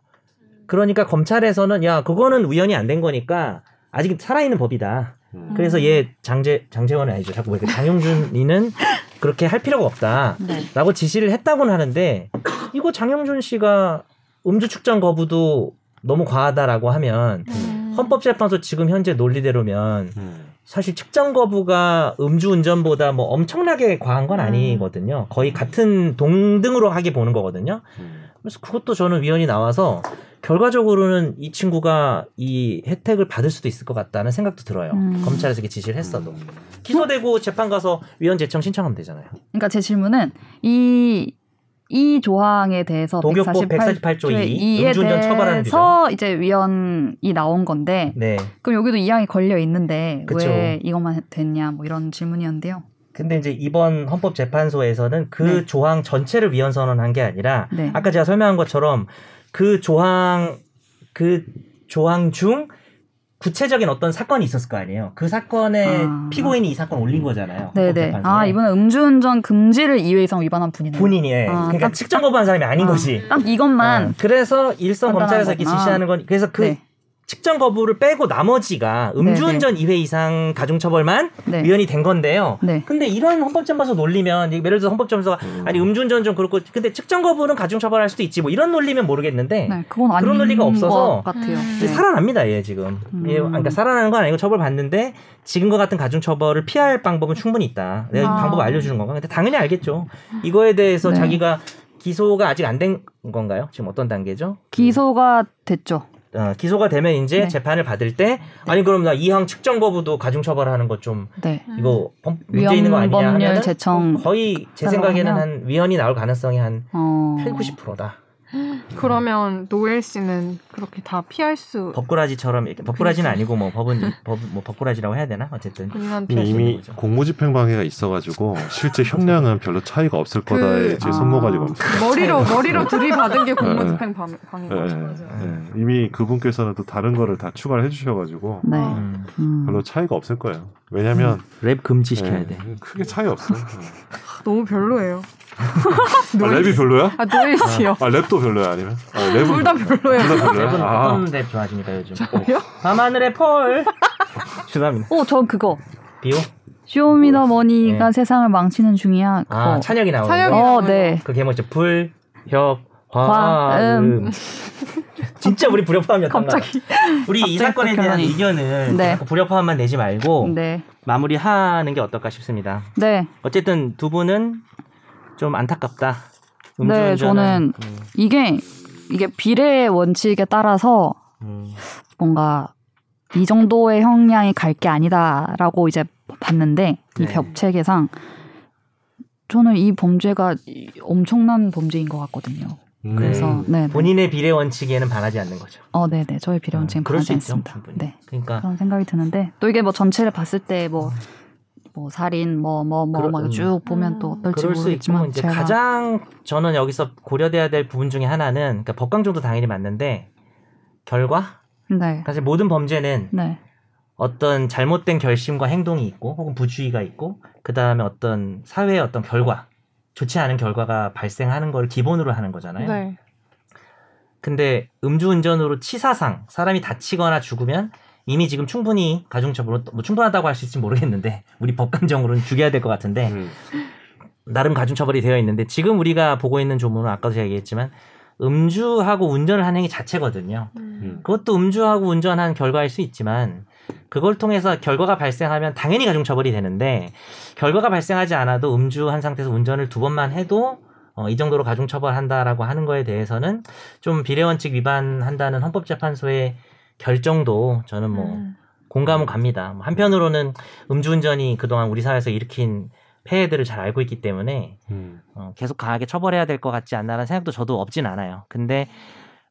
그러니까 검찰에서는 야 그거는 우연히 안 된 거니까 아직 살아있는 법이다.
음.
그래서 얘 장재 장재원은 아니죠. 자꾸 왜 이렇게 장영준이는 그렇게 할 필요가 없다라고
네.
지시를 했다고는 하는데 이거 장영준 씨가 음주 측정 거부도 너무 과하다라고 하면
음.
헌법재판소 지금 현재 논리대로면
음.
사실 측정 거부가 음주운전보다 뭐 엄청나게 과한 건
음.
아니거든요. 거의 같은 동등으로 하게 보는 거거든요.
음.
그래서 그것도 저는 위헌이 나와서 결과적으로는 이 친구가 이 혜택을 받을 수도 있을 것 같다는 생각도 들어요.
음.
검찰에서 이렇게 지시를 했어도
음.
기소되고 재판 가서 위헌 제청 신청하면 되잖아요.
그러니까 제 질문은 이, 이 조항에 대해서
동격법 148조 2,
에
음주운전 처벌하는
대해서 이제 위헌이 나온 건데
네.
그럼 여기도 이항이 걸려 있는데
그쵸.
왜 이것만 됐냐 뭐 이런 질문이었는데요.
근데 이제 이번 헌법재판소에서는 그
네.
조항 전체를 위헌 선언한 게 아니라
네.
아까 제가 설명한 것처럼 그 조항 그 조항 중 구체적인 어떤 사건이 있었을 거 아니에요. 그 사건에
아.
피고인이 이 사건 올린 거잖아요.
네네.
헌법재판소에.
아 이번에 음주운전 금지를 2회 이상 위반한 분이네요.
본인이에.
아,
그러니까
딱-
측정 거부한 사람이 아닌
아,
거지.
딱 이것만
어, 그래서 일선
판단하는
검찰에서 이렇게
거구나.
지시하는 건 그래서 그
네. 측정
거부를 빼고 나머지가 음주운전 2회 이상 가중처벌만
네.
위헌이 된 건데요.
네.
근데 이런 헌법재판소 놀리면 예를 들어서 헌법재판소가 아니 음주운전 좀 그렇고 근데 측정 거부는 가중처벌할 수도 있지 뭐 이런 놀리면 모르겠는데
네, 그건 아닌
그런 논리가 없어서
것 같아요.
음.
네.
살아납니다 얘 지금
음.
얘 그러니까 살아나는 건 아니고 처벌 받는데 지금과 같은 가중 처벌을 피할 방법은 충분히 있다 내가
아.
방법 알려주는 건가 근데 당연히 알겠죠 이거에 대해서
네.
자기가 기소가 아직 안 된 건가요 지금 어떤 단계죠
기소가 됐죠.
어, 기소가 되면 이제
네.
재판을 받을 때 아니 그럼 나 이항 측정 거부도 가중 처벌하는 것 좀
네.
음.
이거 범- 문제 있는 거 아니냐
위헌법률
하면
제청.
거의 제
하면-
생각에는 한 위헌이 나올 가능성이 한
어.
8, 90%다.
그러면 노엘 씨는 그렇게 다 피할
음.
수
법꾸라지처럼 이렇게
그렇죠.
법꾸라지는 아니고 뭐 법은 법뭐 법꾸라지라고 해야 되나 어쨌든
그
본인한
근데
네,
피할 수
네, 이미
있는
거죠.
공무집행 방해가 있어가지고 실제 형량은 별로 차이가 없을 거다에 제
아.
손모가지 가 없어요.
머리로 머리로 들이받은 게
네.
공무집행 방해.
그렇죠,
예,
방해죠.
예, 예. 이미 그분께서는 또 다른 거를 다 추가를 해주셔가지고
네.
음.
음.
별로 차이가 없을 거예요. 왜냐면
랩 금지시켜야
예,
돼.
크게 차이 없어. 요 네.
너무 별로예요.
아, 랩이 별로야?
아 노엘 씨요.
아 랩도 별로야 아니면? 아, 랩은
둘 다 별로예요.
둘다 별로야?
랩은
아.
어떤 랩 좋아하십니까 요즘? 밤하늘의 펄. 죄송합니다.
어, 전 그거.
비오?
쇼미더머니가
네.
세상을 망치는 중이야. 그거.
아 찬혁이 나오는
찬혁이
거.
어,
나오는
네.
그게 뭐죠? 불, 협, 화,
화, 음.
음. 진짜 우리 불협화음이었던 거야.
갑자기.
우리 이
갑자기
사건에 대한
그러니.
의견은
네.
자꾸 불협화음만 내지 말고
네.
마무리하는 게 어떨까 싶습니다.
네.
어쨌든 두 분은 좀 안타깝다.
네,
음주운전은. 음,
이게, 이게 비례 원칙에 따라서
음.
뭔가 이 정도의 형량이 갈 게 아니다라고 이제 봤는데, 이
네.
벽체계상. 저는 이 범죄가 이- 엄청난 범죄인 것 같거든요.
음.
그래서, 네. 네.
본인의 비례 원칙에는 반하지 않는 거죠.
어, 네네. 저의 비례 원칙은
아, 그럴
변하지
수 있죠.
않습니다.
충분히.
네.
그러니까
그런 생각이 드는데 또 이게 뭐 전체를 봤을 때 뭐 뭐 살인 뭐 뭐 뭐
음. 그러-
막
음.
쭉 보면 또
음.
어떨지
그럴 수 있지만
모르겠지만
이제
제가
가장 저는 여기서 고려돼야 될 부분 중에 하나는 그러니까 법강정도 당연히 맞는데 결과
네.
사실 모든 범죄는
네.
어떤 잘못된 결심과 행동이 있고 혹은 부주의가 있고 그 다음에 어떤 사회의 어떤 결과 좋지 않은 결과가 발생하는 걸 기본으로 하는 거잖아요.
네.
근데 음주운전으로 치사상 사람이 다치거나 죽으면 이미 지금 충분히 가중처벌로 뭐 충분하다고 할 수 있을지 모르겠는데 우리 법감정으로는 죽여야 될 것 같은데
음.
나름 가중처벌이 되어 있는데 지금 우리가 보고 있는 조문은 아까도 제가 얘기했지만 음주하고 운전을 한 행위 자체거든요.
음.
그것도 음주하고 운전한 결과일 수 있지만 그걸 통해서 결과가 발생하면 당연히 가중처벌이 되는데 결과가 발생하지 않아도 음주한 상태에서 운전을 두 번만 해도 어, 이 정도로 가중처벌한다라고 하는 거에 대해서는 좀 비례원칙 위반한다는 헌법재판소의 결정도 저는 뭐
음.
음.
공감은 갑니다. 뭐 한편으로는 음주운전이 그동안 우리 사회에서 일으킨 폐해들을 잘 알고 있기 때문에
음.
어, 계속 강하게 처벌해야 될 것 같지 않나라는 생각도 저도 없진 않아요. 근데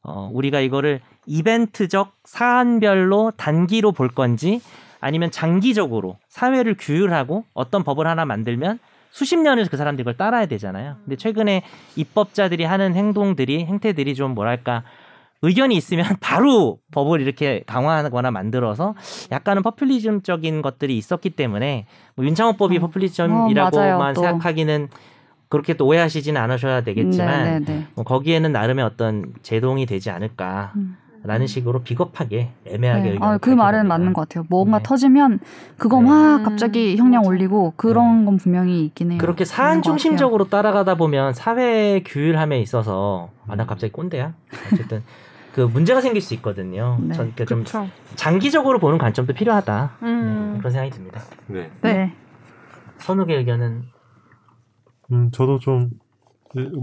어, 우리가 이거를 이벤트적 사안별로 단기로 볼 건지 아니면 장기적으로 사회를 규율하고 어떤 법을 하나 만들면 수십 년을 그 사람들이 그걸 따라야 되잖아요. 근데 최근에 입법자들이 하는 행동들이 행태들이 좀 뭐랄까 의견이 있으면 바로 법을 이렇게 강화하거나 만들어서 약간은 퍼퓰리즘적인 것들이 있었기 때문에 뭐 윤창호법이
음. 어,
퍼퓰리즘이라고만
맞아요, 또.
생각하기는 그렇게 또 오해하시지는 않으셔야 되겠지만
네네네.
뭐 거기에는 나름의 어떤 제동이 되지 않을까라는
음.
식으로 비겁하게 애매하게
네.
의견을
아, 그
밝혀봅니다.
말은 맞는 것 같아요. 뭔가
네.
터지면 그거
네.
막
음,
갑자기 형량
맞아.
올리고 그런 건 분명히 있긴 해요.
그렇게
있는
사안
것 같아요.
중심적으로 따라가다 보면 사회 규율함에 있어서 아
음.
나 갑자기 꼰대야 어쨌든 그 문제가 생길 수 있거든요.
네.
저는 그러니까 좀
그렇죠.
장기적으로 보는 관점도 필요하다
음.
네, 그런 생각이 듭니다.
네.
네.
선욱의 의견은
음, 저도 좀,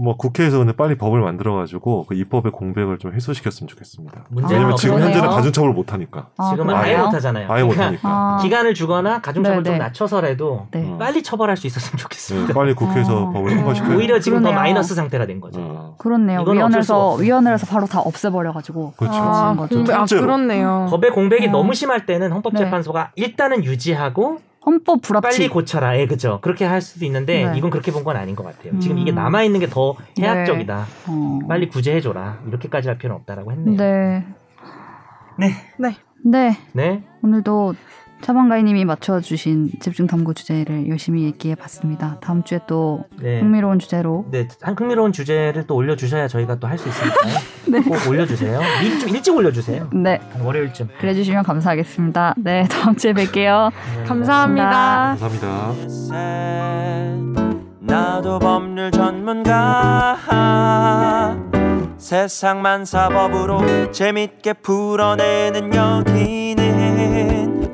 뭐, 국회에서 근데 빨리 법을 만들어가지고, 그 입법의 공백을 좀 해소시켰으면 좋겠습니다.
문제는
왜냐면
아,
지금
그러네요.
현재는 가중처벌 못하니까.
아,
지금
그래요?
아예 못하잖아요.
아예
그러니까
못하니까.
아,
기간을 주거나 가중처벌
네,
좀
네.
낮춰서라도
네.
어.
빨리 처벌할 수 있었으면
네,
좋겠습니다.
빨리 국회에서
아.
법을 통과시켜야
오히려 지금 더
그러네요.
마이너스 상태가 된 거죠.
어.
그렇네요.
이건 어쩔 수가
위원회에서
없어요.
위원회에서 바로 다 없애버려가지고
그렇죠.
아,
그런 거죠.
공백. 아,
통째로.
그렇네요.
법의 공백이
어. 네.
너무 심할 때는 헌법재판소가 일단은 유지하고
헌법
빨리
불합치.
고쳐라. 예, 그죠. 그렇게 할 수도 있는데
네.
이건 그렇게 본 건 아닌 것 같아요. 지금
음. 네.
이게 남아 있는 게 더 해악적이다.
어.
빨리 구제해줘라. 이렇게까지 할 필요는 없다라고 했네요. 네.
네.
네.
네.
네. 오늘도 차방가이님이 맞춰주신 집중 탐구 주제를 열심히 얘기해봤습니다. 다음 주에 또
네.
흥미로운 주제로
네, 한 흥미로운 주제를 또 올려주셔야 저희가 또 할 수 있으니까요. 꼭 올려주세요. 일, 좀 일찍 올려주세요.
네
한 월요일쯤.
그래주시면 감사하겠습니다. 네 다음 주에 뵐게요.
네.
감사합니다.
감사합니다.
나도 법률 전문가 세상만 사법으로 재밌게 풀어내는 여기는